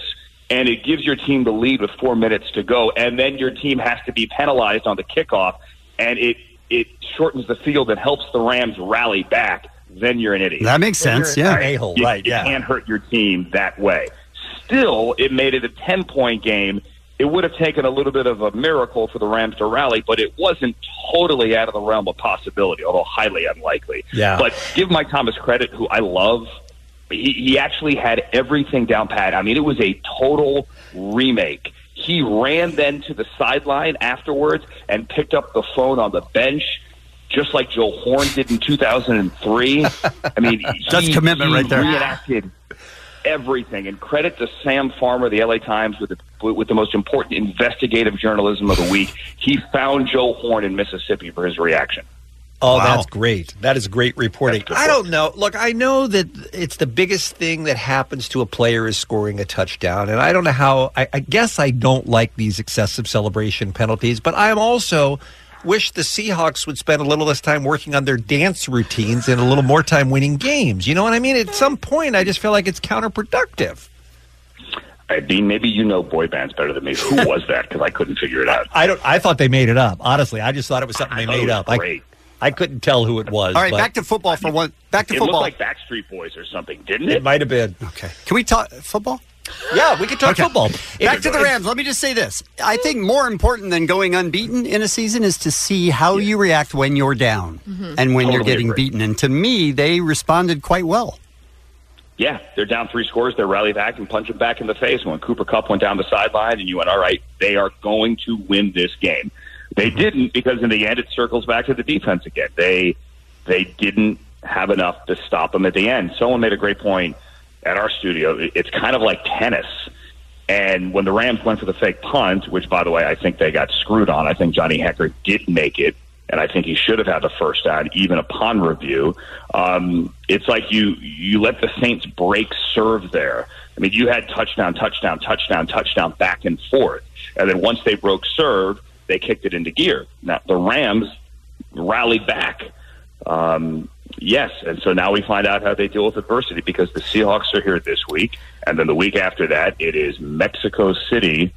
and it gives your team the lead with four minutes to go, and then your team has to be penalized on the kickoff, and it it shortens the field and helps the Rams rally back, then you're an idiot. That makes Then sense, you're an yeah. a-hole, You- You can't hurt your team that way. Still, it made it a ten point game. It would have taken a little bit of a miracle for the Rams to rally, but it wasn't totally out of the realm of possibility, although highly unlikely. Yeah. But give Mike Thomas credit, who I love. He, he actually had everything down pat. I mean, it was a total remake. He ran then to the sideline afterwards and picked up the phone on the bench, just like Joe Horn did in 2003. I mean, That's he- commitment he right there. Reenacted everything, and credit to Sam Farmer, the LA Times, with the, with the most important investigative journalism of the week. He found Joe Horn in Mississippi for his reaction. Oh, that's great. That is great reporting. I don't know. Look, I know that it's the biggest thing that happens to a player is scoring a touchdown. And I don't know how, I, I guess I don't like these excessive celebration penalties, but I'm also wish the Seahawks would spend a little less time working on their dance routines and a little more time winning games. You know what I mean? At some point, I just feel like it's counterproductive. I mean, maybe you know boy bands better than me. Who was that? Because I couldn't figure it out. I don't. I thought they made it up. Honestly, I just thought it was something they thought it made was up. I, great. I couldn't tell who it was. All right, but back to football for one. Back it looked like Backstreet Boys or something, didn't it? It might have been. Okay. Can we talk football? Yeah, we could talk football. Back to the Rams. Let me just say this. I think more important than going unbeaten in a season is to see how you react when you're down Mm-hmm. Mhm. and when you're Totally getting agree. beaten. And to me, they responded quite well. Yeah, they're down three scores. They rally back and punch them back in the face. When Cooper Cup went down the sideline, and you went, all right, they are going to win this game. They didn't because in the end, it circles back to the defense again. They they didn't have enough to stop them at the end. Someone made a great point at our studio. It- It's kind of like tennis. And when the Rams went for the fake punt, which by the way I think they got screwed on. I think Johnny Hecker did make it, and I think he should have had the first down even upon review. Um, it's like you you let the Saints break serve there. I mean, you had touchdown, touchdown, touchdown, touchdown, back and forth, and then once they broke serve, they kicked it into gear. Now the Rams rallied back. Um, yes, and so now we find out how they deal with adversity because the Seahawks are here this week, and then the week after that, it is Mexico City.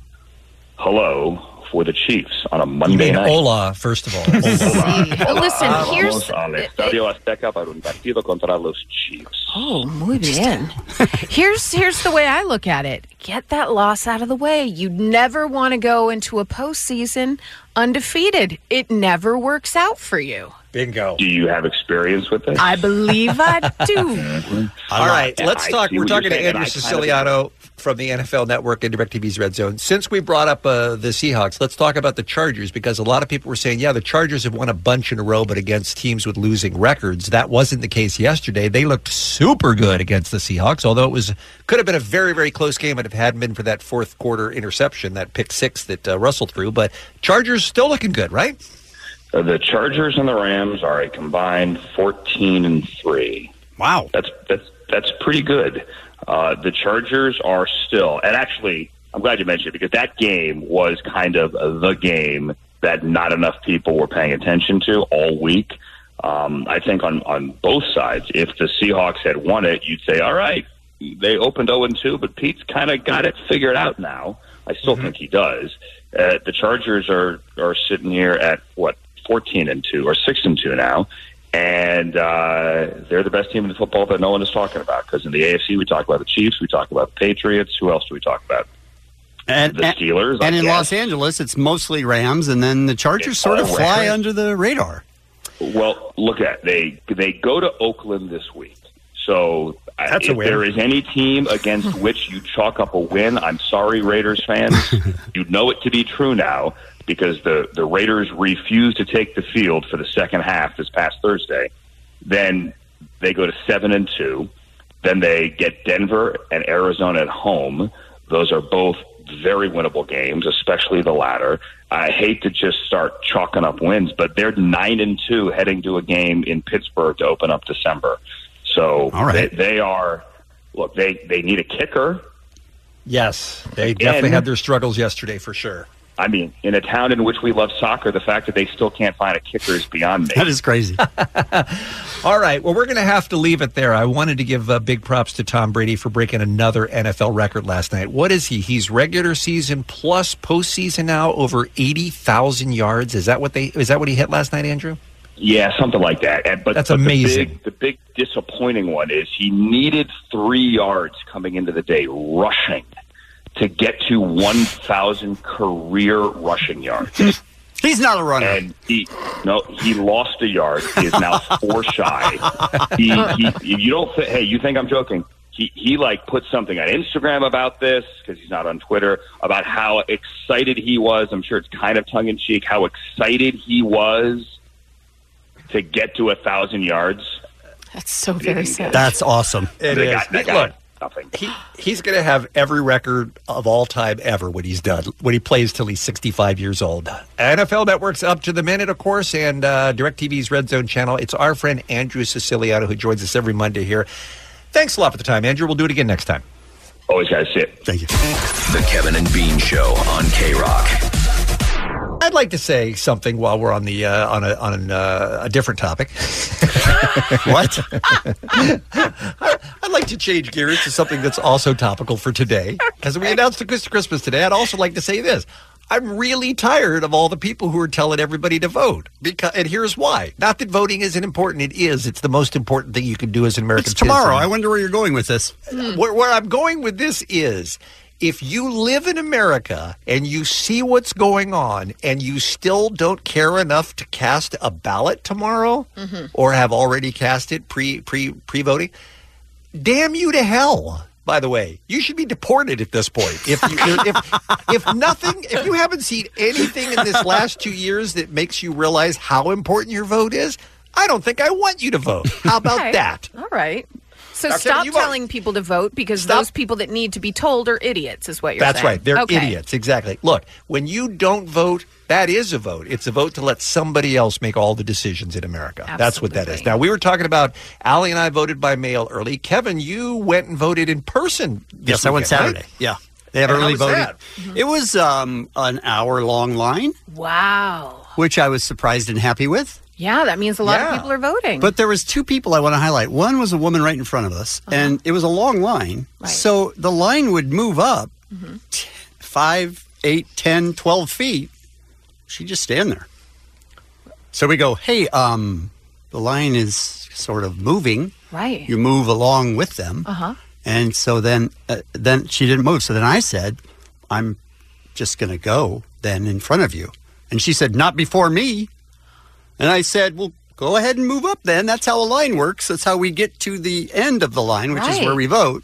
Hello for the Chiefs on a You Monday mean night. Ola first of all. But listen, here's. Vamos al Estadio Azteca para un partido contra los Chiefs. Oh, muy bien. here's here's the way I look at it. Get that loss out of the way. You never want to go into a postseason undefeated. It never works out for you. Bingo. Do you have experience with this? I believe I do. All right, Yeah, let's I see talk. We're what you're talking to saying, and Andrew I kind Siciliano from the NFL Network and DirecTV's Red Zone. Since we brought up uh, the Seahawks, let's talk about the Chargers because a lot of people were saying, yeah, the Chargers have won a bunch in a row, but against teams with losing records. That wasn't the case yesterday. They looked super good against the Seahawks, although it was could have been a very, very close game if it hadn't been for that fourth quarter interception, that pick six that uh, Russell threw. But Chargers still looking good, right? Uh, The Chargers and the Rams are a combined fourteen and three. Wow, that's that's that's pretty good. Uh, the Chargers are still, and actually, I'm glad you mentioned it because that game was kind of the game that not enough people were paying attention to all week. Um, I think on on both sides, if the Seahawks had won it, you'd say, all right, they opened 0 2, but Pete's kind of got it figured out now. I still think he does. Uh, the Chargers are are sitting here at what 14 and two or six and two now, and uh, they're the best team in football that no one is talking about. Because in the AFC, we talk about the Chiefs, we talk about the Patriots. Who else do we talk about? And the Steelers. I And in guess. Los Angeles, it's mostly Rams, and then the Chargers It's sort of all fly Rams. under the radar. Well, look at they they go to Oakland this week. So uh, That's a if win. there is any team against which you chalk up a win, I'm sorry, Raiders fans, you know it to be true now because the the Raiders refused to take the field for the second half this past Thursday. Then they go to seven and two. Then they get Denver and Arizona at home. Those are both very winnable games, especially the latter. I hate to just start chalking up wins, but they're nine and two heading to a game in Pittsburgh to open up December. So All right. they, they are look they they need a kicker. Yes, definitely they definitely had had their struggles yesterday for sure. I mean, in a town in which we love soccer, the fact that they still can't find a kicker is beyond me. That is crazy. All right. Well, we're going to have to leave it there. I wanted to give uh, big props to Tom Brady for breaking another NFL record last night. What is he? He's regular season plus postseason now over eighty thousand yards. Is that what they? Is that what he hit last night, Andrew? Yeah, something like that. And- But That's but amazing. The big, the big disappointing one is he needed three yards coming into the day rushing to get to one thousand career rushing yards. He's not a runner. And he no, he lost a yard. He is now four shy. He, he if you don't th- hey, you think I'm joking? He he like put something on Instagram about this because he's not on Twitter about how excited he was. I'm sure it's kind of tongue in cheek how excited he was to get to a thousand yards. That's so very sad. That's awesome. It They is. got- they got Look, nothing. He, he's going to have every record of all time ever when he's done, when he plays till he's 65 years old. NFL Network's up to the minute, of course, and uh, DirecTV's Red Zone channel. It's our friend Andrew Siciliano who joins us every Monday here. Thanks a lot for the time, Andrew. We'll do it again next time. Always got to see it. Thank you. The Kevin and Bean Show on K Rock. I'd like to say something while we're on the uh, on a on an, uh, a different topic. what? I'd like to change gears to something that's also topical for today. As we announced the Christ- Christmas today, I'd also like to say this. I'm really tired of all the people who are telling everybody to vote. Because, and here's why. Not that voting isn't important. It is. It's the most important thing you can do as an American It's tomorrow. citizen. Hmm. I wonder where you're going with this. Where, where I'm going with this is if you live in America and you see what's going on and you still don't care enough to cast a ballot tomorrow Mm-hmm. Mm-hmm. or have already cast it pre pre pre voting, damn you to hell. By the way, you should be deported at this point. If you, if if nothing, if you haven't seen anything in this last two years that makes you realize how important your vote is, I don't think I want you to vote. How about Okay. that? All right. So Now, Kevin, stop you are- telling people to vote because those people that need to be told are idiots, is what you're That's saying. right. They're Okay. idiots. Exactly. Look, when you don't vote, that is a vote. It's a vote to let somebody else make all the decisions in America. That's what that is. Now, we were talking about Allie and I voted by mail early. Kevin, you went and voted in person. this Yes, I went weekend, right? Saturday. Yeah. They have And how early was voting. that? Mm-hmm. It was um, an hour long line, Wow. which I was surprised and happy with. Yeah, that means a lot Yeah. of people are voting. But there was two people I want to highlight. One was a woman right in front of us, Uh-huh. and it was a long line. So the line would move up Mm-hmm. t- five, eight, 10, 12 feet. She'd just stand there. So we go, hey, um, the line is sort of moving. right. You move along with them. Uh huh. And so then, uh, then she didn't move. So then I said, "I'm just going to go then in front of you." And she said, "Not before me." And I said, "Well, go ahead and move up then. That's how a line works. That's how we get to the end of the line, which is where Right. we vote."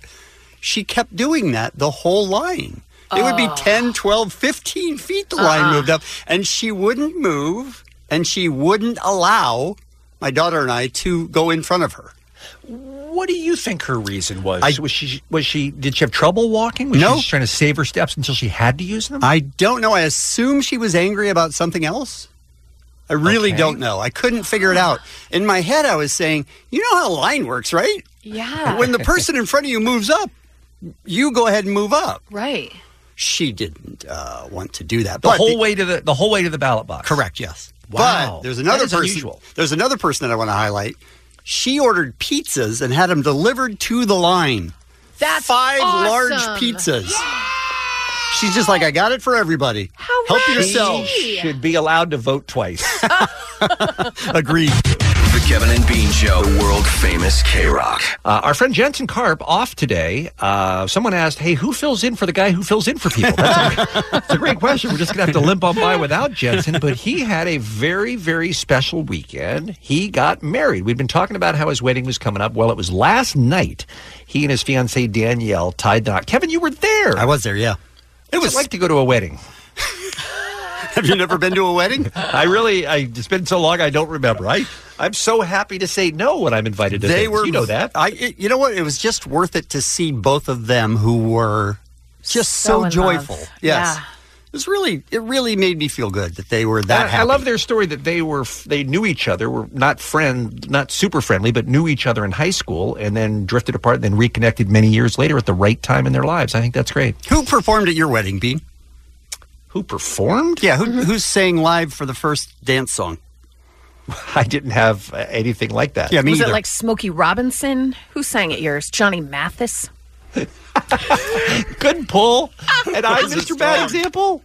She kept doing that the whole line. It would be Oh. 10, 12, 15 feet the line Uh-uh. moved up. And she wouldn't move and she wouldn't allow my daughter and I to go in front of her. What do you think her reason was? I- was she was she did she have trouble walking? Was No. she just trying to save her steps until she had to use them? I don't know. I assume she was angry about something else. I really Okay. don't know. I couldn't figure it out. In my head, I was saying, you know how a line works, right? Ah." Yeah. When the person in front of you moves up, you go ahead and move up. Right. She didn't uh, want to do that. the But whole way to the the whole way to the ballot box. Correct. Yes. Wow. But there's another That is person. unusual. There's another person that I want to highlight. She ordered pizzas and had them delivered to the line. That's five awesome. large pizzas. She's just like, I got it for everybody. How Help rad. yourself. She should be allowed to vote twice. Agreed. The Kevin and Bean Show, world famous K Rock. Uh, our friend Jensen Karp off today. Uh, someone asked, "Hey, who fills in for the guy who fills in for people?" That's a, it's a great question. We're just gonna have to limp on by without Jensen. But he had a very, very special weekend. He got married. We'd been talking about how his wedding was coming up. Well, it was last night. He and his fiancee Danielle tied the knot. Kevin, you were there. I was there. Yeah, it was like to go to a wedding. Have you never been to a wedding? I really, I it's been so long, I don't remember. I, I'm so happy to say no when I'm invited to. They things. were. you know that. I. it- You know what? It was just worth it to see both of them who were just So so, in joyful. love. Yes. Yeah. It was really. It really made me feel good that they were that I- I happy. love their story that they were f- they knew each other, were not friend, not super friendly, but knew each other in high school, and then drifted apart, and then reconnected many years later at the right time in their lives. I think that's great. Who performed at your wedding, Bean? Who performed? Yeah. Who, Who sang live for the first dance song? I didn't have uh, anything like that. Yeah, me was either. it like Smokey Robinson? Who sang it yours? Johnny Mathis? Good pull. And I, Mr. Bad Example?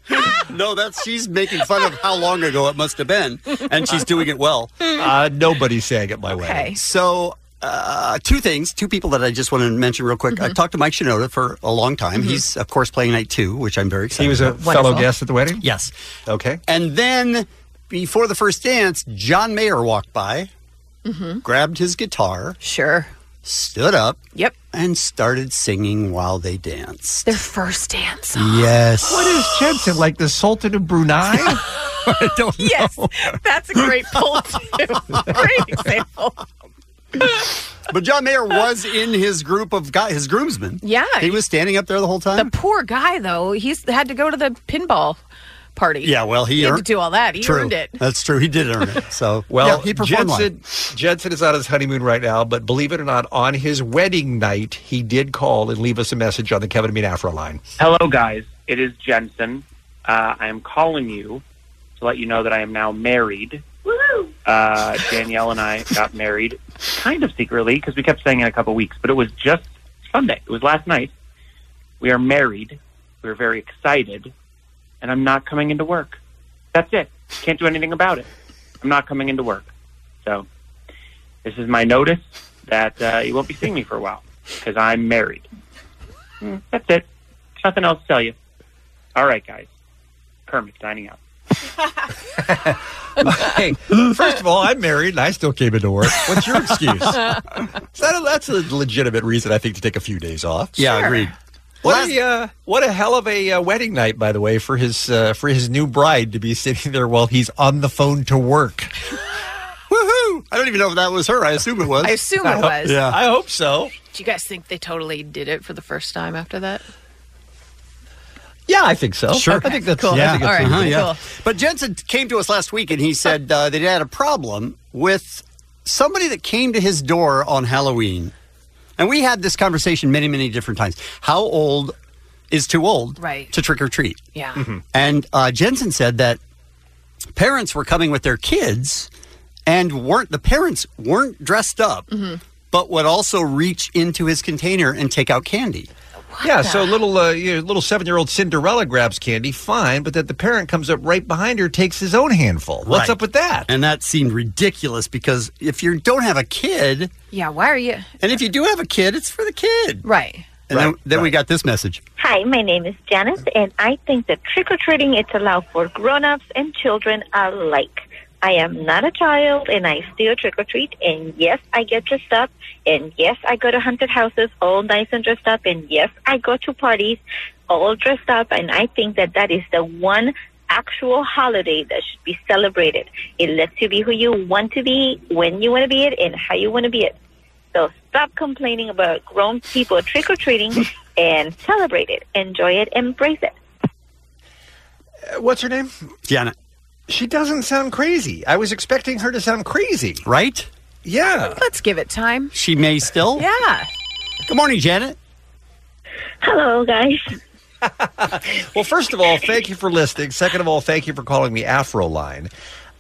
no, that's she's making fun of how long ago it must have been, and she's doing it well. Uh, nobody sang at my wedding. So, uh, two things, two people that I just want to mention real quick. I talked to Mike Shinoda for a long time. He's of course playing night two, which I'm very excited. He was a about. fellow guest at the wedding. Yes. Okay. And then before the first dance, John Mayer walked by, Mm-hmm. grabbed his guitar, sure, stood up, yep, and started singing while they danced. Their first dance. Yes. What is Jensen like the Sultan of Brunei? I don't Yes, that's a great pull too. great example. But John Mayer was in his group of guy, his groomsmen. Yeah. he was standing up there the whole The time. poor guy though, he's had to go to the pinball party. yeah, well, he, had earned to do all that. He True. earned it. That's true. He did earn it. So Well, yeah, he performed live. Jensen, Jensen is on his honeymoon right now, but believe it or not, on his wedding night, he did call and leave us a message on the Kevin and Bean Afro line. Hello, guys. It is Jensen. Uh, I am calling you to let you know that I am now married. Uh, Danielle and I got married kind of secretly because we kept saying in a couple weeks, but it was just Sunday. It was last night. We are married. We are very excited, and I'm not coming into work. That's it. Can't do anything about it. I'm not coming into work. So this is my notice that uh, you won't be seeing me for a while because I'm married. Mm, That's it. Nothing else to tell you. All right, guys. Kermit signing out. hey, first of all, I'm married and I still came into work. What's your excuse? So that- that's a legitimate reason, I think, to take a few days off. Yeah, Sure. agreed. What a, uh, what a hell of a uh, wedding night, by the way, for his uh, for his new bride to be sitting there while he's on the phone to work. Woohoo! I don't even know if that was her. I assume it was. I assume it was. I hope so. Do you guys think they totally did it for the first time after that? Yeah, I think so. Sure. Okay, cool. I think that's All right, uh-huh, yeah. cool. But Jensen came to us last week and he said uh, that he had a problem with somebody that came to his door on Halloween. And we had this conversation many, many different times. How old is too old Right. to trick or treat? Yeah. Mm-hmm. And uh, Jensen said that parents were coming with their kids and weren't the parents weren't dressed up, Mm-hmm. but would also reach into his container and take out candy. yeah, so little uh, you know, little seven year old Cinderella grabs candy, fine, but then the parent comes up right behind her, takes his own handful. What's Right. up with that? And that seemed ridiculous because if you don't have a kid, Yeah, why are you? and if you do have a kid, it's for the kid. Right. And then, then we got this message. Hi, my name is Janice, and I think that trick or treating is allowed for grown ups and children alike. I am not a child, and I still trick or treat. And yes, I get dressed up. And yes, I go to haunted houses all nice and dressed up. And yes, I go to parties all dressed up. And I think that that is the one actual holiday that should be celebrated. It lets you be who you want to be, when you want to be it, and how you want to be it. So stop complaining about grown people trick or treating and celebrate it. Enjoy it, embrace it. Uh, What's her name? Janet. She doesn't sound crazy. I was expecting her to sound crazy. Right? Yeah. Let's give it time. She may still. Yeah. Good morning, Janet. Hello, guys. Well, first of all, thank you for listening. Second of all, thank you for calling me Afro Line.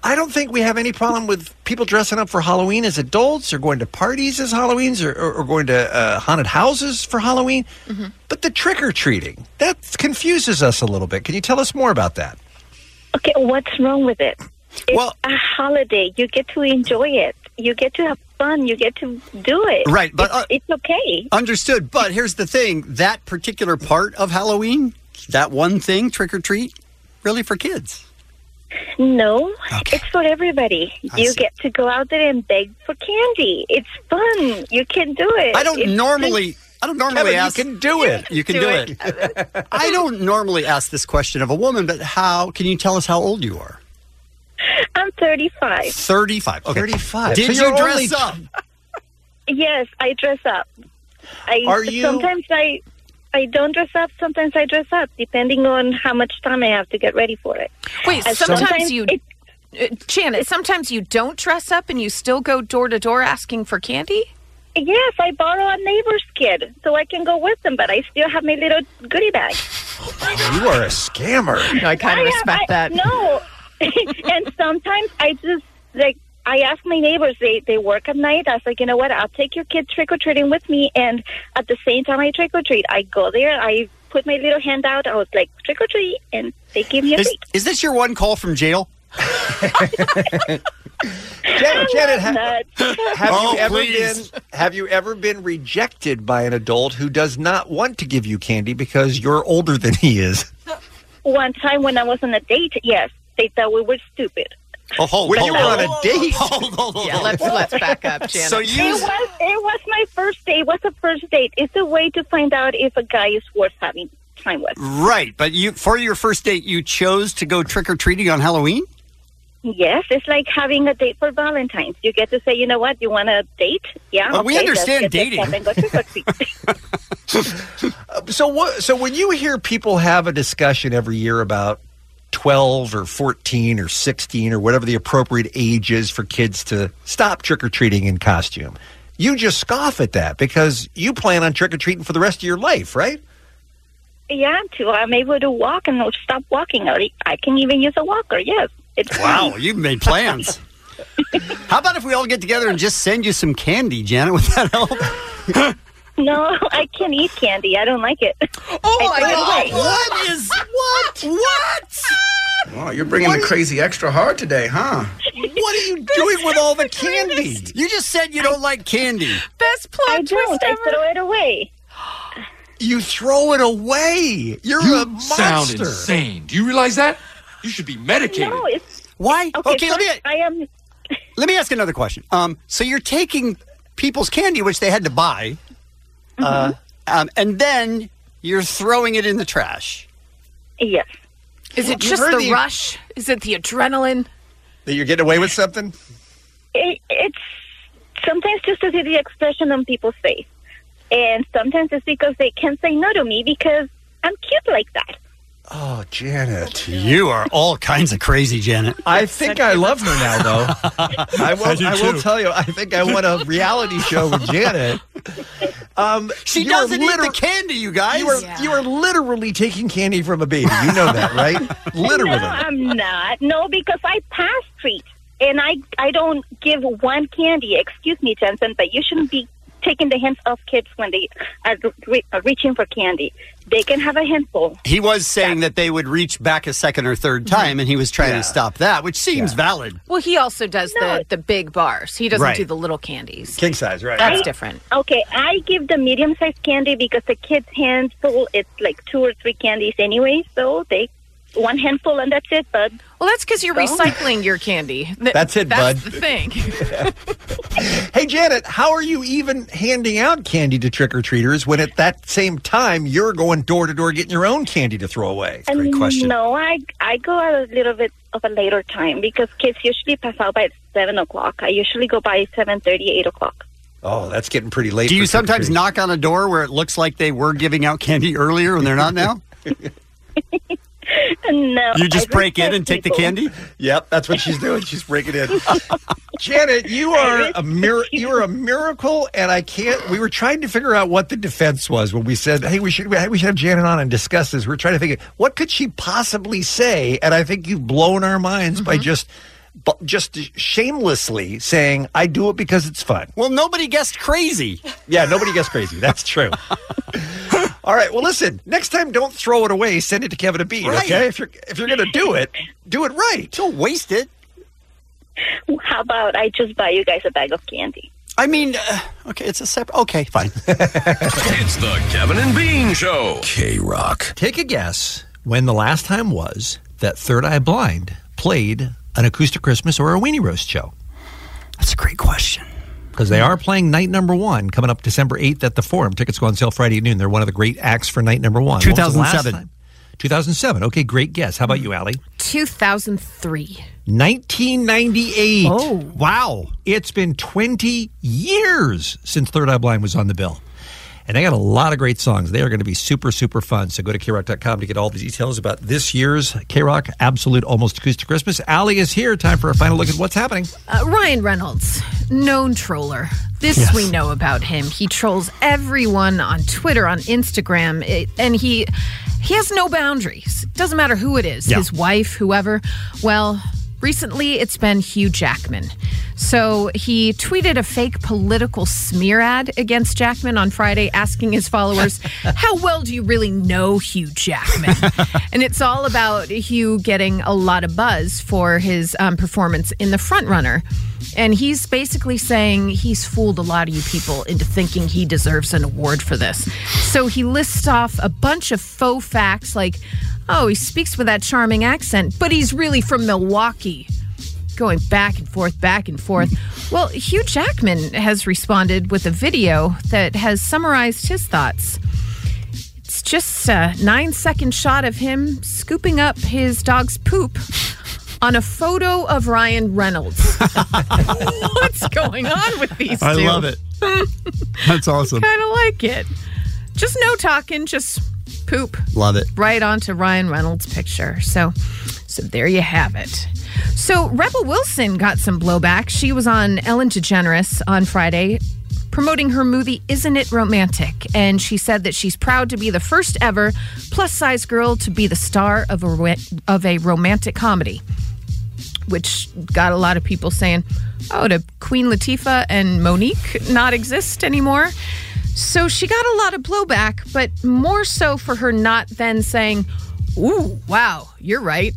I don't think we have any problem with people dressing up for Halloween as adults or going to parties as Halloweens or, or, or going to uh, haunted houses for Halloween. But the trick or treating, that confuses us a little bit. Can you tell us more about that? Okay, what's wrong with it? It's a holiday. You get to enjoy it. You get to have fun. You get to do it. Right, but, It's- uh, it's okay. Understood. But here's the thing that particular part of Halloween, that one thing, trick or treat, really for kids. No, it's for everybody. uh, I You see. get to go out there and beg for candy. It's fun. You can do it. I don't It's- normally. I don't normally Kevin, you ask. can do it. You can Do do, it. I don't normally ask this question of a woman, but how can you tell us how old you are? I'm 35. 35. Okay. 35. Did So you're you dress only- up? Yes, I dress up. I Are you- sometimes I I don't dress up, sometimes I dress up depending on how much time I have to get ready for it. Wait, And sometimes, you, uh, Janet, sometimes you don't dress up and you still go door to door asking for candy? Yes, I borrow a neighbor's kid so I can go with them, but I still have my little goodie bag. You are a scammer. No, I kind of respect I- that. No, and sometimes I just like I ask my neighbors. They they work at night. I was like, you know what? I'll take your kid trick or treating with me, and at the same time I trick or treat. I go there. I put my little hand out. I was like trick or treat, and they give me a Is, treat. is this your one call from jail? I'm Janet, Janet, not ha- have Oh, you ever please. been have you ever been rejected by an adult who does not want to give you candy because you're older than he is? One time when I was on a date, yes, they thought we were stupid. Oh, hold, when hold, you were hold, on a hold, date. Yeah, let's let's back up, Janet. it was it was my first date. It was a first date. It's a way to find out if a guy is worth having time with. Right, but you for your first date you chose to go trick or treating on Halloween? Yes, it's like having a date for Valentine's. You get to say, you know what, you want a date? Yeah, But we okay, let's understand get this dating. up and go trick or treat. So what? So when you hear people have a discussion every year about twelve or fourteen or sixteen or whatever the appropriate age is for kids to stop trick or treating in costume, you just scoff at that because you plan on trick or treating for the rest of your life, right? yeah, too. I'm able to walk and stop walking. Or I can even use a walker. Yes, it's Wow, you've made plans. How about if we all get together and just send you some candy, Janet? Would that help? No, I can't eat candy. I don't like it. Oh my God. What is what? What? Wow, you're bringing the crazy extra hard today, huh? What are you doing with all the candy? You just said you don't like candy. Best plot I don't. I throw it away. You throw it away. You're a monster. Sound insane. Do you realize that? You should be medicated. No, it's Why? okay. Okay, let me- first, I am. Let me ask another question. Um, so you're taking people's candy, which they had to buy, uh, Mm-hmm. um, and then you're throwing it in the trash. Yes. Is it You've just heard the, the- rush? Is it the adrenaline? That you're getting away with something? It, it's sometimes just to see the expression on people's face, and sometimes it's because they can't say no to me because I'm cute like that. Oh, Janet. You are all kinds of crazy, Janet. I think I love her now, though. I will. I I, do too. will tell you. I think I want a reality show with Janet. Um, She you are doesn't eat the candy, you guys. You are, you are literally taking candy from a baby. You know that, right? literally. No, I'm not. No, because I pass treat, and I I don't give one candy. Excuse me, Jensen, but you shouldn't be taking the hands off kids when they are re- are reaching for candy. They can have a handful. He was saying that they would reach back a second or third Mm-hmm. time, and he was trying to stop that, which seems valid. Well, he also does the, the big bars. He doesn't Right. do the little candies. King size, right? That's I- different. Okay, I give the medium sized candy because the kids' handful it's like two or three candies anyway, so they one handful and that's it. But well, that's because you're recycling your candy. Th- That's it, that's bud. the thing. Hey, Janet, how are you even handing out candy to trick or treaters when at that same time you're going door to door getting your own candy to throw away? Um, No, I I go at a little bit of a later time because kids usually pass out by seven o'clock. I usually go by seven thirty, eight o'clock. Oh, that's getting pretty late. Do you for trick or sometimes knock on a door where it looks like they were giving out candy earlier and they're not now? no, you just I break in respect and take the people. candy? Yep, that's what she's doing. She's breaking in. Janet, you are a mir- you are a miracle, and I can't. We were trying to figure out what the defense was when we said, "Hey, we should we should have Janet on and discuss this." We are trying to figure what could she possibly say, and I think you've blown our minds by just bu- just shamelessly saying, "I do it because it's fun." Well, nobody guessed crazy. Yeah, nobody guessed crazy. That's true. All right. Well, listen. Next time, don't throw it away. Send it to Kevin and Bean. Right. Okay. If you're if you're gonna do it, do it right. Don't waste it. How about I just buy you guys a bag of candy? I mean, uh, okay, it's a separate. Okay, fine. It's the Kevin and Bean Show. K Rock. Take a guess when the last time was that Third Eye Blind played an acoustic Christmas or a Weenie Roast show. That's a great question. Because they are playing night number one coming up December 8th at the Forum. Tickets go on sale Friday at noon. They're one of the great acts for night number one. When was the last 2007. time? 2007. Okay, great guess. How about you, Allie? 2003. 1998. Oh. Wow. It's been 20 years since Third Eye Blind was on the bill. And they got a lot of great songs. They are going to be super, super fun. So go to krock.com to get all the details about this year's K Rock Absolute Almost Acoustic Christmas. Allie is here. Time for a final look at what's happening. Uh, Ryan Reynolds, known troller. This Yes. we know about him. He trolls everyone on Twitter, on Instagram, it- and he he has no boundaries. Doesn't matter who it is, Yeah. his wife, whoever. Well, recently it's been Hugh Jackman. So he tweeted a fake political smear ad against Jackman on Friday, asking his followers, "How well do you really know Hugh Jackman?" and it's all about Hugh getting a lot of buzz for his um, performance in The Front Runner. And he's basically saying he's fooled a lot of you people into thinking he deserves an award for this. So he lists off a bunch of faux facts like, oh, he speaks with that charming accent, but he's really from Milwaukee. Going back and forth, back and forth. Well, Hugh Jackman has responded with a video that has summarized his thoughts. It's just a nine second shot of him scooping up his dog's poop on a photo of Ryan Reynolds. What's going on with these two? I love it. That's awesome. Kind of like it. Just no talking, just poop Love it. right onto Ryan Reynolds' picture. So, so there you have it. So Rebel Wilson got some blowback. She was on Ellen DeGeneres on Friday promoting her movie Isn't It Romantic? And she said that she's proud to be the first ever plus size girl to be the star of a ro- of a romantic comedy. Which got a lot of people saying, "Oh, do Queen Latifah and Monique not exist anymore?" So she got a lot of blowback, but more so for her not then saying, Ooh, wow, you're right.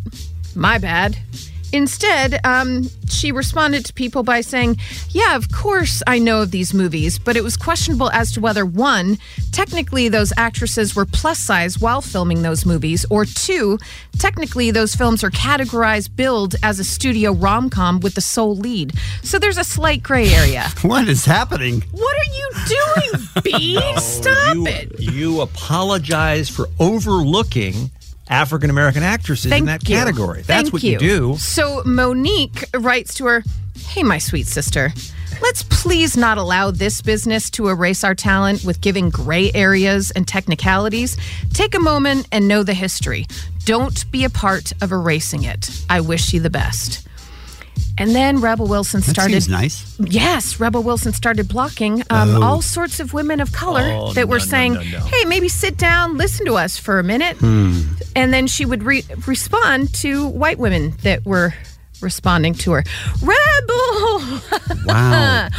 My bad. Instead, um, she responded to people by saying, Yeah, of course I know of these movies, but it was questionable as to whether one, technically those actresses were plus size while filming those movies, or two, technically those films are categorized, billed as a studio rom com with the sole lead. So there's a slight gray area. What is happening? What are you doing, B? Stop you, it. You apologize for overlooking African American actresses in that you. category. That's Thank what you, do. So Monique writes to her, Hey, my sweet sister, let's please not allow this business to erase our talent with giving gray areas and technicalities. Take a moment and know the history. Don't be a part of erasing it. I wish you the best. And then Rebel Wilson That started. seems nice. Yes, Rebel Wilson started blocking um, Oh. all sorts of women of color Oh, that were no, no, saying, no, no. "Hey, maybe sit down, listen to us for a Hmm. minute." And then she would re- respond to white women that were responding to her. Rebel! Wow.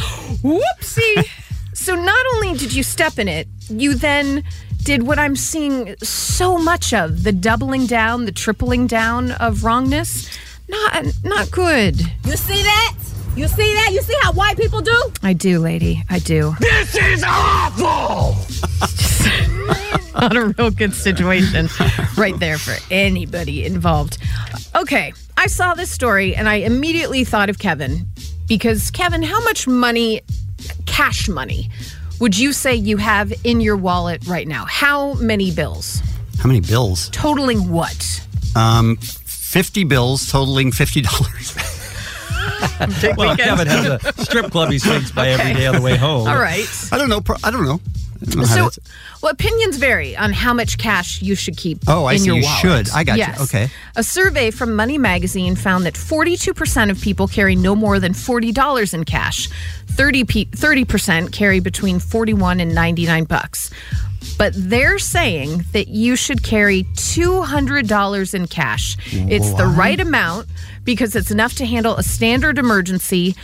Whoopsie! so not only did you step in it, you then did what I'm seeing so much of the doubling down, the tripling down of wrongness. Not, not good. You see that? You see that? You see how white people do? I do, lady. I do. This is awful! Not a real good situation right there for anybody involved. Okay, I saw this story and I immediately thought of Kevin because, Kevin, how much money, cash money, would you say you have in your wallet right now? How many bills? How many bills? Totaling what? Um, 50 bills totaling $50. well, Kevin has a strip club he swings by every day on the way home. All right. I don't know. pro- I don't know. I don't know how So, that's- well, opinions vary on how much cash you should keep. oh, I in see. Your You wallet. should. I got Yes. you. Okay. A survey from Money Magazine found that 42% of people carry no more than $40 in cash. 30 pe- 30% carry between 41 and 99 bucks. But they're saying that you should carry $200 in cash. It's the What? right amount because it's enough to handle a standard emergency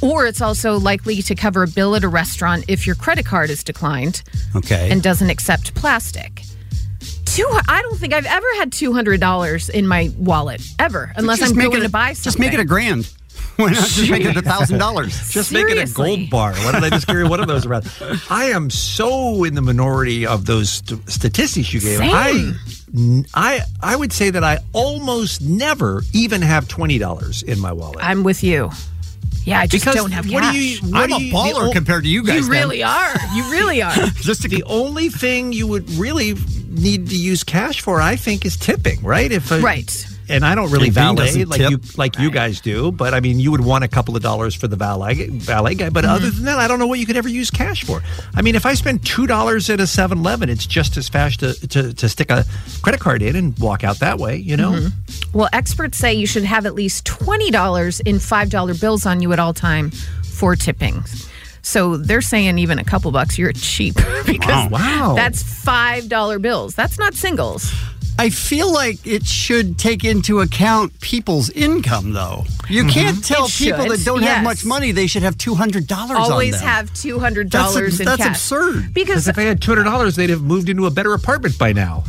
or it's also likely to cover a bill at a restaurant if your credit card is declined Okay. and doesn't accept plastic. Two, I don't think I've ever had two hundred dollars in my wallet ever, unless Just I'm make going it a- to buy something. Just make it a grand. Why not just make it a thousand dollars? Just make it a gold bar. Why don't I just carry one of those around? I am so in the minority of those st- statistics you gave. I, Same. n- I, I would say that I almost never even have twenty dollars in my wallet. I'm with you. Yeah, I just Because don't have what cash. do you- what I'm do a you- the baller oh, ol- compared to you guys, You then. really are. You really are. Just the only thing you would really need to use cash for, I think, is tipping, right? If a, Right. And I don't really If he valet doesn't like tip. you like you guys do, but I mean, you would want a couple of dollars for the valet valet guy. Mm-hmm. But other than that, I don't know what you could ever use cash for. I mean, if I spend two dollars at a 7-Eleven, it's just as fast to, to to stick a credit card in and walk out that way. You know, Well, experts say you should have at least $20 in $5 bills on you at all time for tipping. So they're saying even a couple bucks, you're cheap because Wow. that's $5 bills. That's not singles. I feel like it should take into account people's income, though. Mm-hmm. You can't tell It people should, that don't have yes. much money they should have two hundred dollars. Always on them. have $200 That's, in that's cash. absurd. Because if they had two hundred dollars, they'd have moved into a better apartment by now.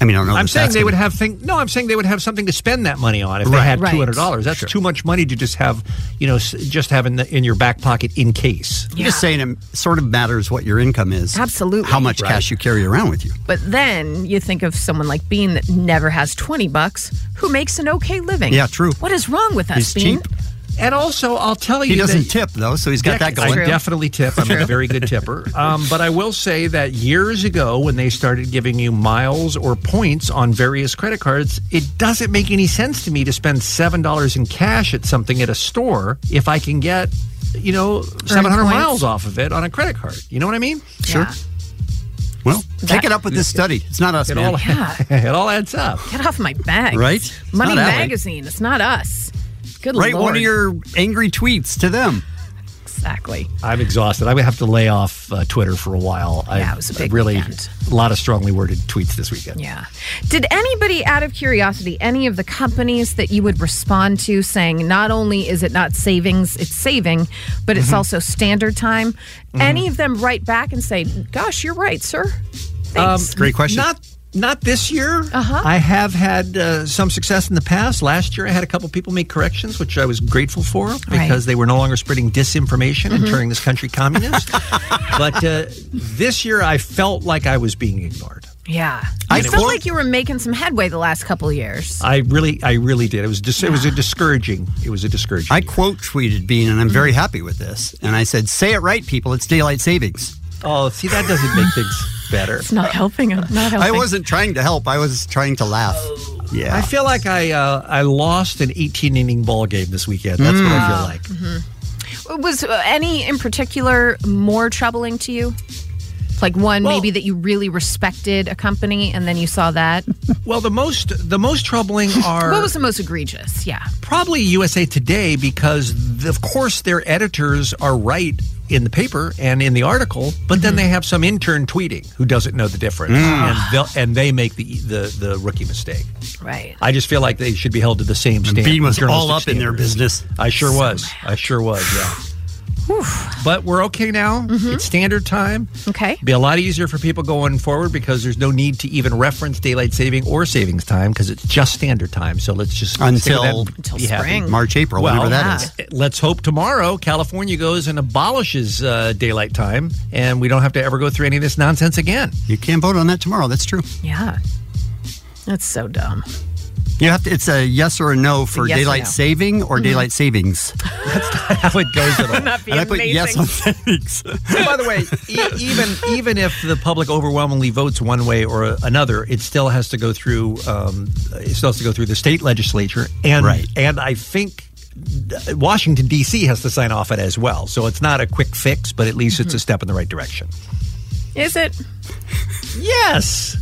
I mean, I don't know. I'm that saying that's they would gonna- have thing. No, I'm saying they would have something to spend that money on if they Right. had Right. two hundred dollars. That's too much money to just have, you know, s- just have in, the, in your back pocket in case. I'm just saying it sort of matters what your income is. Absolutely. How much cash you carry around with you. But then you think of someone like Bean that never has 20 bucks who makes an okay living. Yeah, true. What is wrong with us, He's Bean? cheap. And also, I'll tell He doesn't tip though, Oh, so he's got that I going. definitely tip. I'm a very good tipper. Um, but I will say that years ago, when they started giving you miles or points on various credit cards, it doesn't make any sense to me to spend seven dollars in cash at something at a store if I can get, you know, seven hundred points. miles off of it on a credit card. You know what I mean? Sure. Well, take it up with this study. It's not us, It man. all, it all adds up. Get off my back. Right? It's Money not Allie. Magazine. It's not us. Good Write lord. one of your angry tweets to them. Exactly. I'm exhausted. I would have to lay off uh, Twitter for a while. Yeah, I, it was a big really weekend. a lot of strongly worded tweets this weekend. Yeah. Did anybody, out of curiosity, any of the companies that you would respond to saying not only is it not savings, it's saving, but it's Mhm. also standard time? Mm-hmm. Any of them write back and say, gosh, you're right, sir? Thanks. Um, Great question. not- not this year. Uh huh. I have had uh, some success in the past. Last year, I had a couple people make corrections, which I was grateful for because Right. they were no longer spreading disinformation and Mhm. turning this country communist. but uh, this year, I felt like I was being ignored. Yeah. I I mean, felt it- like you were making some headway the last couple of years. I really, I really did. It was dis- it was a discouraging. It was a discouraging. I quote tweeted Bean, and I'm Mm. very happy with this. And I said, "Say it right, people. It's daylight savings." Oh, see, that doesn't make things better. It's not helping him. Not helping. I wasn't trying to help. I was trying to laugh. Oh. Yeah. I feel like I uh, I lost an 18 inning ball game this weekend. That's what I feel Mm. like. Was uh, any in particular more troubling to you? Like one maybe that you really respected a company and then you saw that? Well, the most the most troubling are what was the most egregious? Yeah. probably USA Today because th- of course their editors are right in the paper and in the article, but Mm-hmm. then they have some intern tweeting who doesn't know the difference, Mm. and they'll, and they make the, e, the the rookie mistake. Right. I just feel like they should be held to the same standard. Bean was journalistic all up in their standards. business. I sure was. I sure was. Yeah. But we're okay now. It's standard time. Mm-hmm. Okay. Be a lot easier for people going forward because there's no need to even reference daylight saving or savings time because it's just standard time. So let's just stick with that Until- and Until be happy. spring. March, April, whenever that is. eh, Let's hope tomorrow California goes and abolishes uh, daylight time, and we don't have to ever go through any of this nonsense again. You can't vote on that tomorrow. That's true. Yeah. That's so dumb. You have to. It's a yes or a no for yes or daylight no. saving or Mm-hmm. Mhm. daylight savings. how it goes at all. That'd be and I put yes amazing. on savings. By the way, e- even even if the public overwhelmingly votes one way or another, it still has to go through. Um, it still has to go through the state legislature, and Right. and I think uh, Washington D.C. has to sign off it as well. So it's not a quick fix, but at least it's a step in the right direction. Is it? Yes.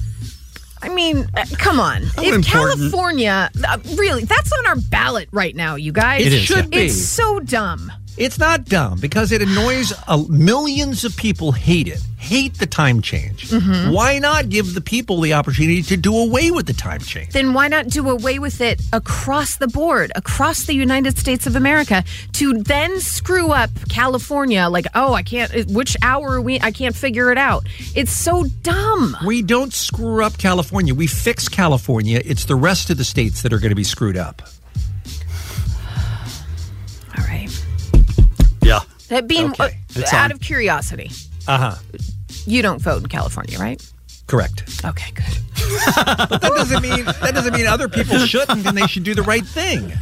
I mean, uh, come on. How if important- California, uh, really, that's on our ballot right now, you guys. It is, yeah. It's so dumb. It's not dumb because it annoys uh, millions of people. Hate it. Hate the time change. Mhm. Why not give the people the opportunity to do away with the time change? Then why not do away with it across the board, across the United States of America, to then screw up California? Like, oh, I can't. it- Which hour are we? I can't figure it out. It's so dumb. We don't screw up California. We fix California. It's the rest of the states that are going to be screwed up. All right. Yeah. That being Okay. uh, It's out on. of curiosity, Uh huh. you don't vote in California, right? Correct. Okay, good. but that doesn't mean that doesn't mean other people shouldn't and they should do the right thing.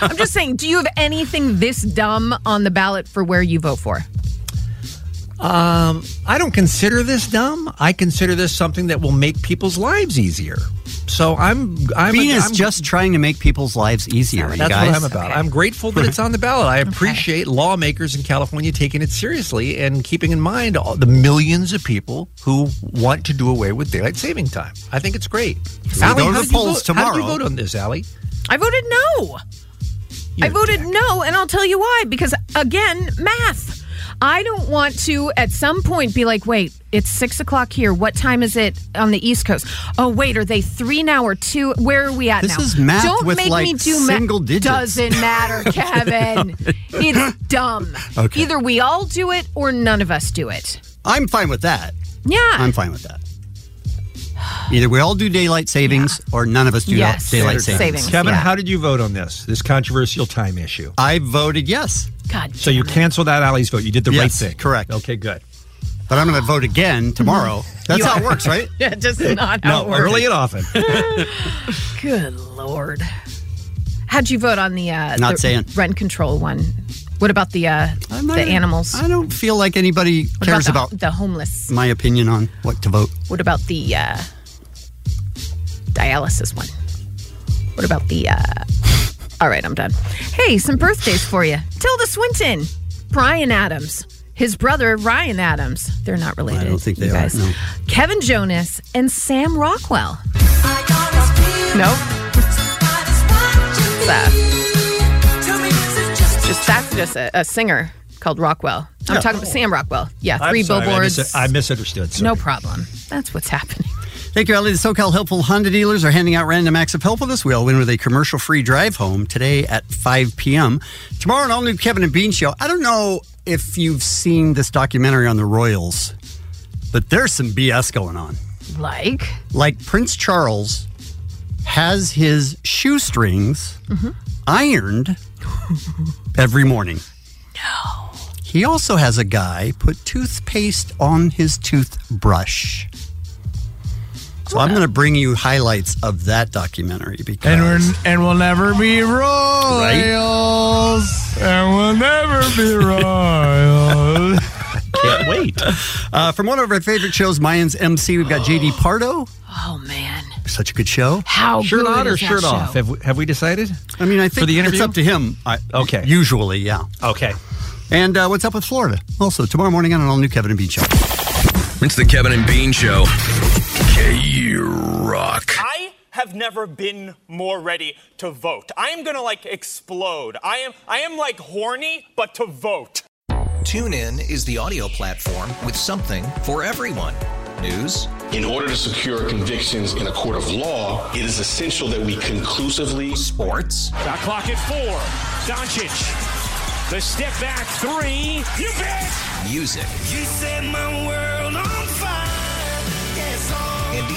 I'm just saying, do you have anything this dumb on the ballot for where you vote for? Um, I don't consider this dumb. I consider this something that will make people's lives easier. So I'm. I'm Bean is I'm- just trying to make people's lives easier. you That's guys. what I'm about. I'm grateful that it's on the ballot. I appreciate lawmakers in California taking it seriously and keeping in mind all the millions of people who want to do away with daylight saving time. I think it's great. So Allie, go to how the did you polls vote- How did you tomorrow. vote on this, Allie? I voted no. I voted no, and I'll tell you why. Because again, math. I don't want to at some point be like, wait, it's six o'clock here. What time is it on the East Coast? Oh, wait, are they three now or two? Where are we at This now? is math Don't with, make me like, do single math. digits. Doesn't matter, Kevin. it's dumb. Okay. Either we all do it or none of us do it. I'm fine with that. Yeah. I'm fine with that. Either we all do daylight savings or none of us do Yes. daylight savings. Kevin, how did you vote on this? This controversial time issue. I voted yes. God. So you canceled out Allie's vote. You did the right Yes, thing. Correct. Okay, good. But I'm going to vote again tomorrow. That's You how are. it works, right? Yeah, just not how no, it works. early and often. Good lord. How'd you vote on the uh Not the saying. rent control one? What about the uh not the even- animals? I don't feel like anybody What cares about about the, the homeless? my opinion on what to vote. What about the uh dialysis one? What about the uh All right, I'm done. Hey, some birthdays for you. Tilda Swinton, Brian Adams, his brother Ryan Adams. They're not related. I don't think they you are. guys. No. Kevin Jonas and Sam Rockwell. Nope. It's, uh, just that's just a, a singer called Rockwell. I'm Yeah. talking about Sam Rockwell. Yeah, I'm 3 sorry, I billboards. mis- I misunderstood. No problem. That's what's happening. Thank you, Ellie. The SoCal Helpful Honda dealers are handing out random acts of help with us. We all win with a commercial free drive home today at 5 p.m. Tomorrow, an all new Kevin and Bean show. I don't know if you've seen this documentary on the Royals, but there's some BS going on. Like, Like Prince Charles has his shoestrings Mm-hmm. ironed every morning. No. He also has a guy put toothpaste on his toothbrush. So I'm going to bring you highlights of that documentary because And we're and we'll never be royals. And we'll never be royals. can't wait. Uh, from one of our favorite shows, Mayans MC, we've got JD Pardo. oh man, Such a good show. How shirt on or shirt off? Have we, have we decided? I mean, I think for the interview. it's up to him. I, okay. Usually, yeah. Okay. And uh, what's up with Florida? Also, tomorrow morning on an all new Kevin and Bean show. It's the Kevin and Bean Show. K Rock. I have never been more ready to vote. I am gonna like explode. I am I am like horny, but to vote. TuneIn is the audio platform with something for everyone. News, In order to secure convictions in a court of law, it is essential that we conclusively. Sports. The clock at four. Doncic, the step back three, you bet. Music You set my world on fire. Yes, oh. and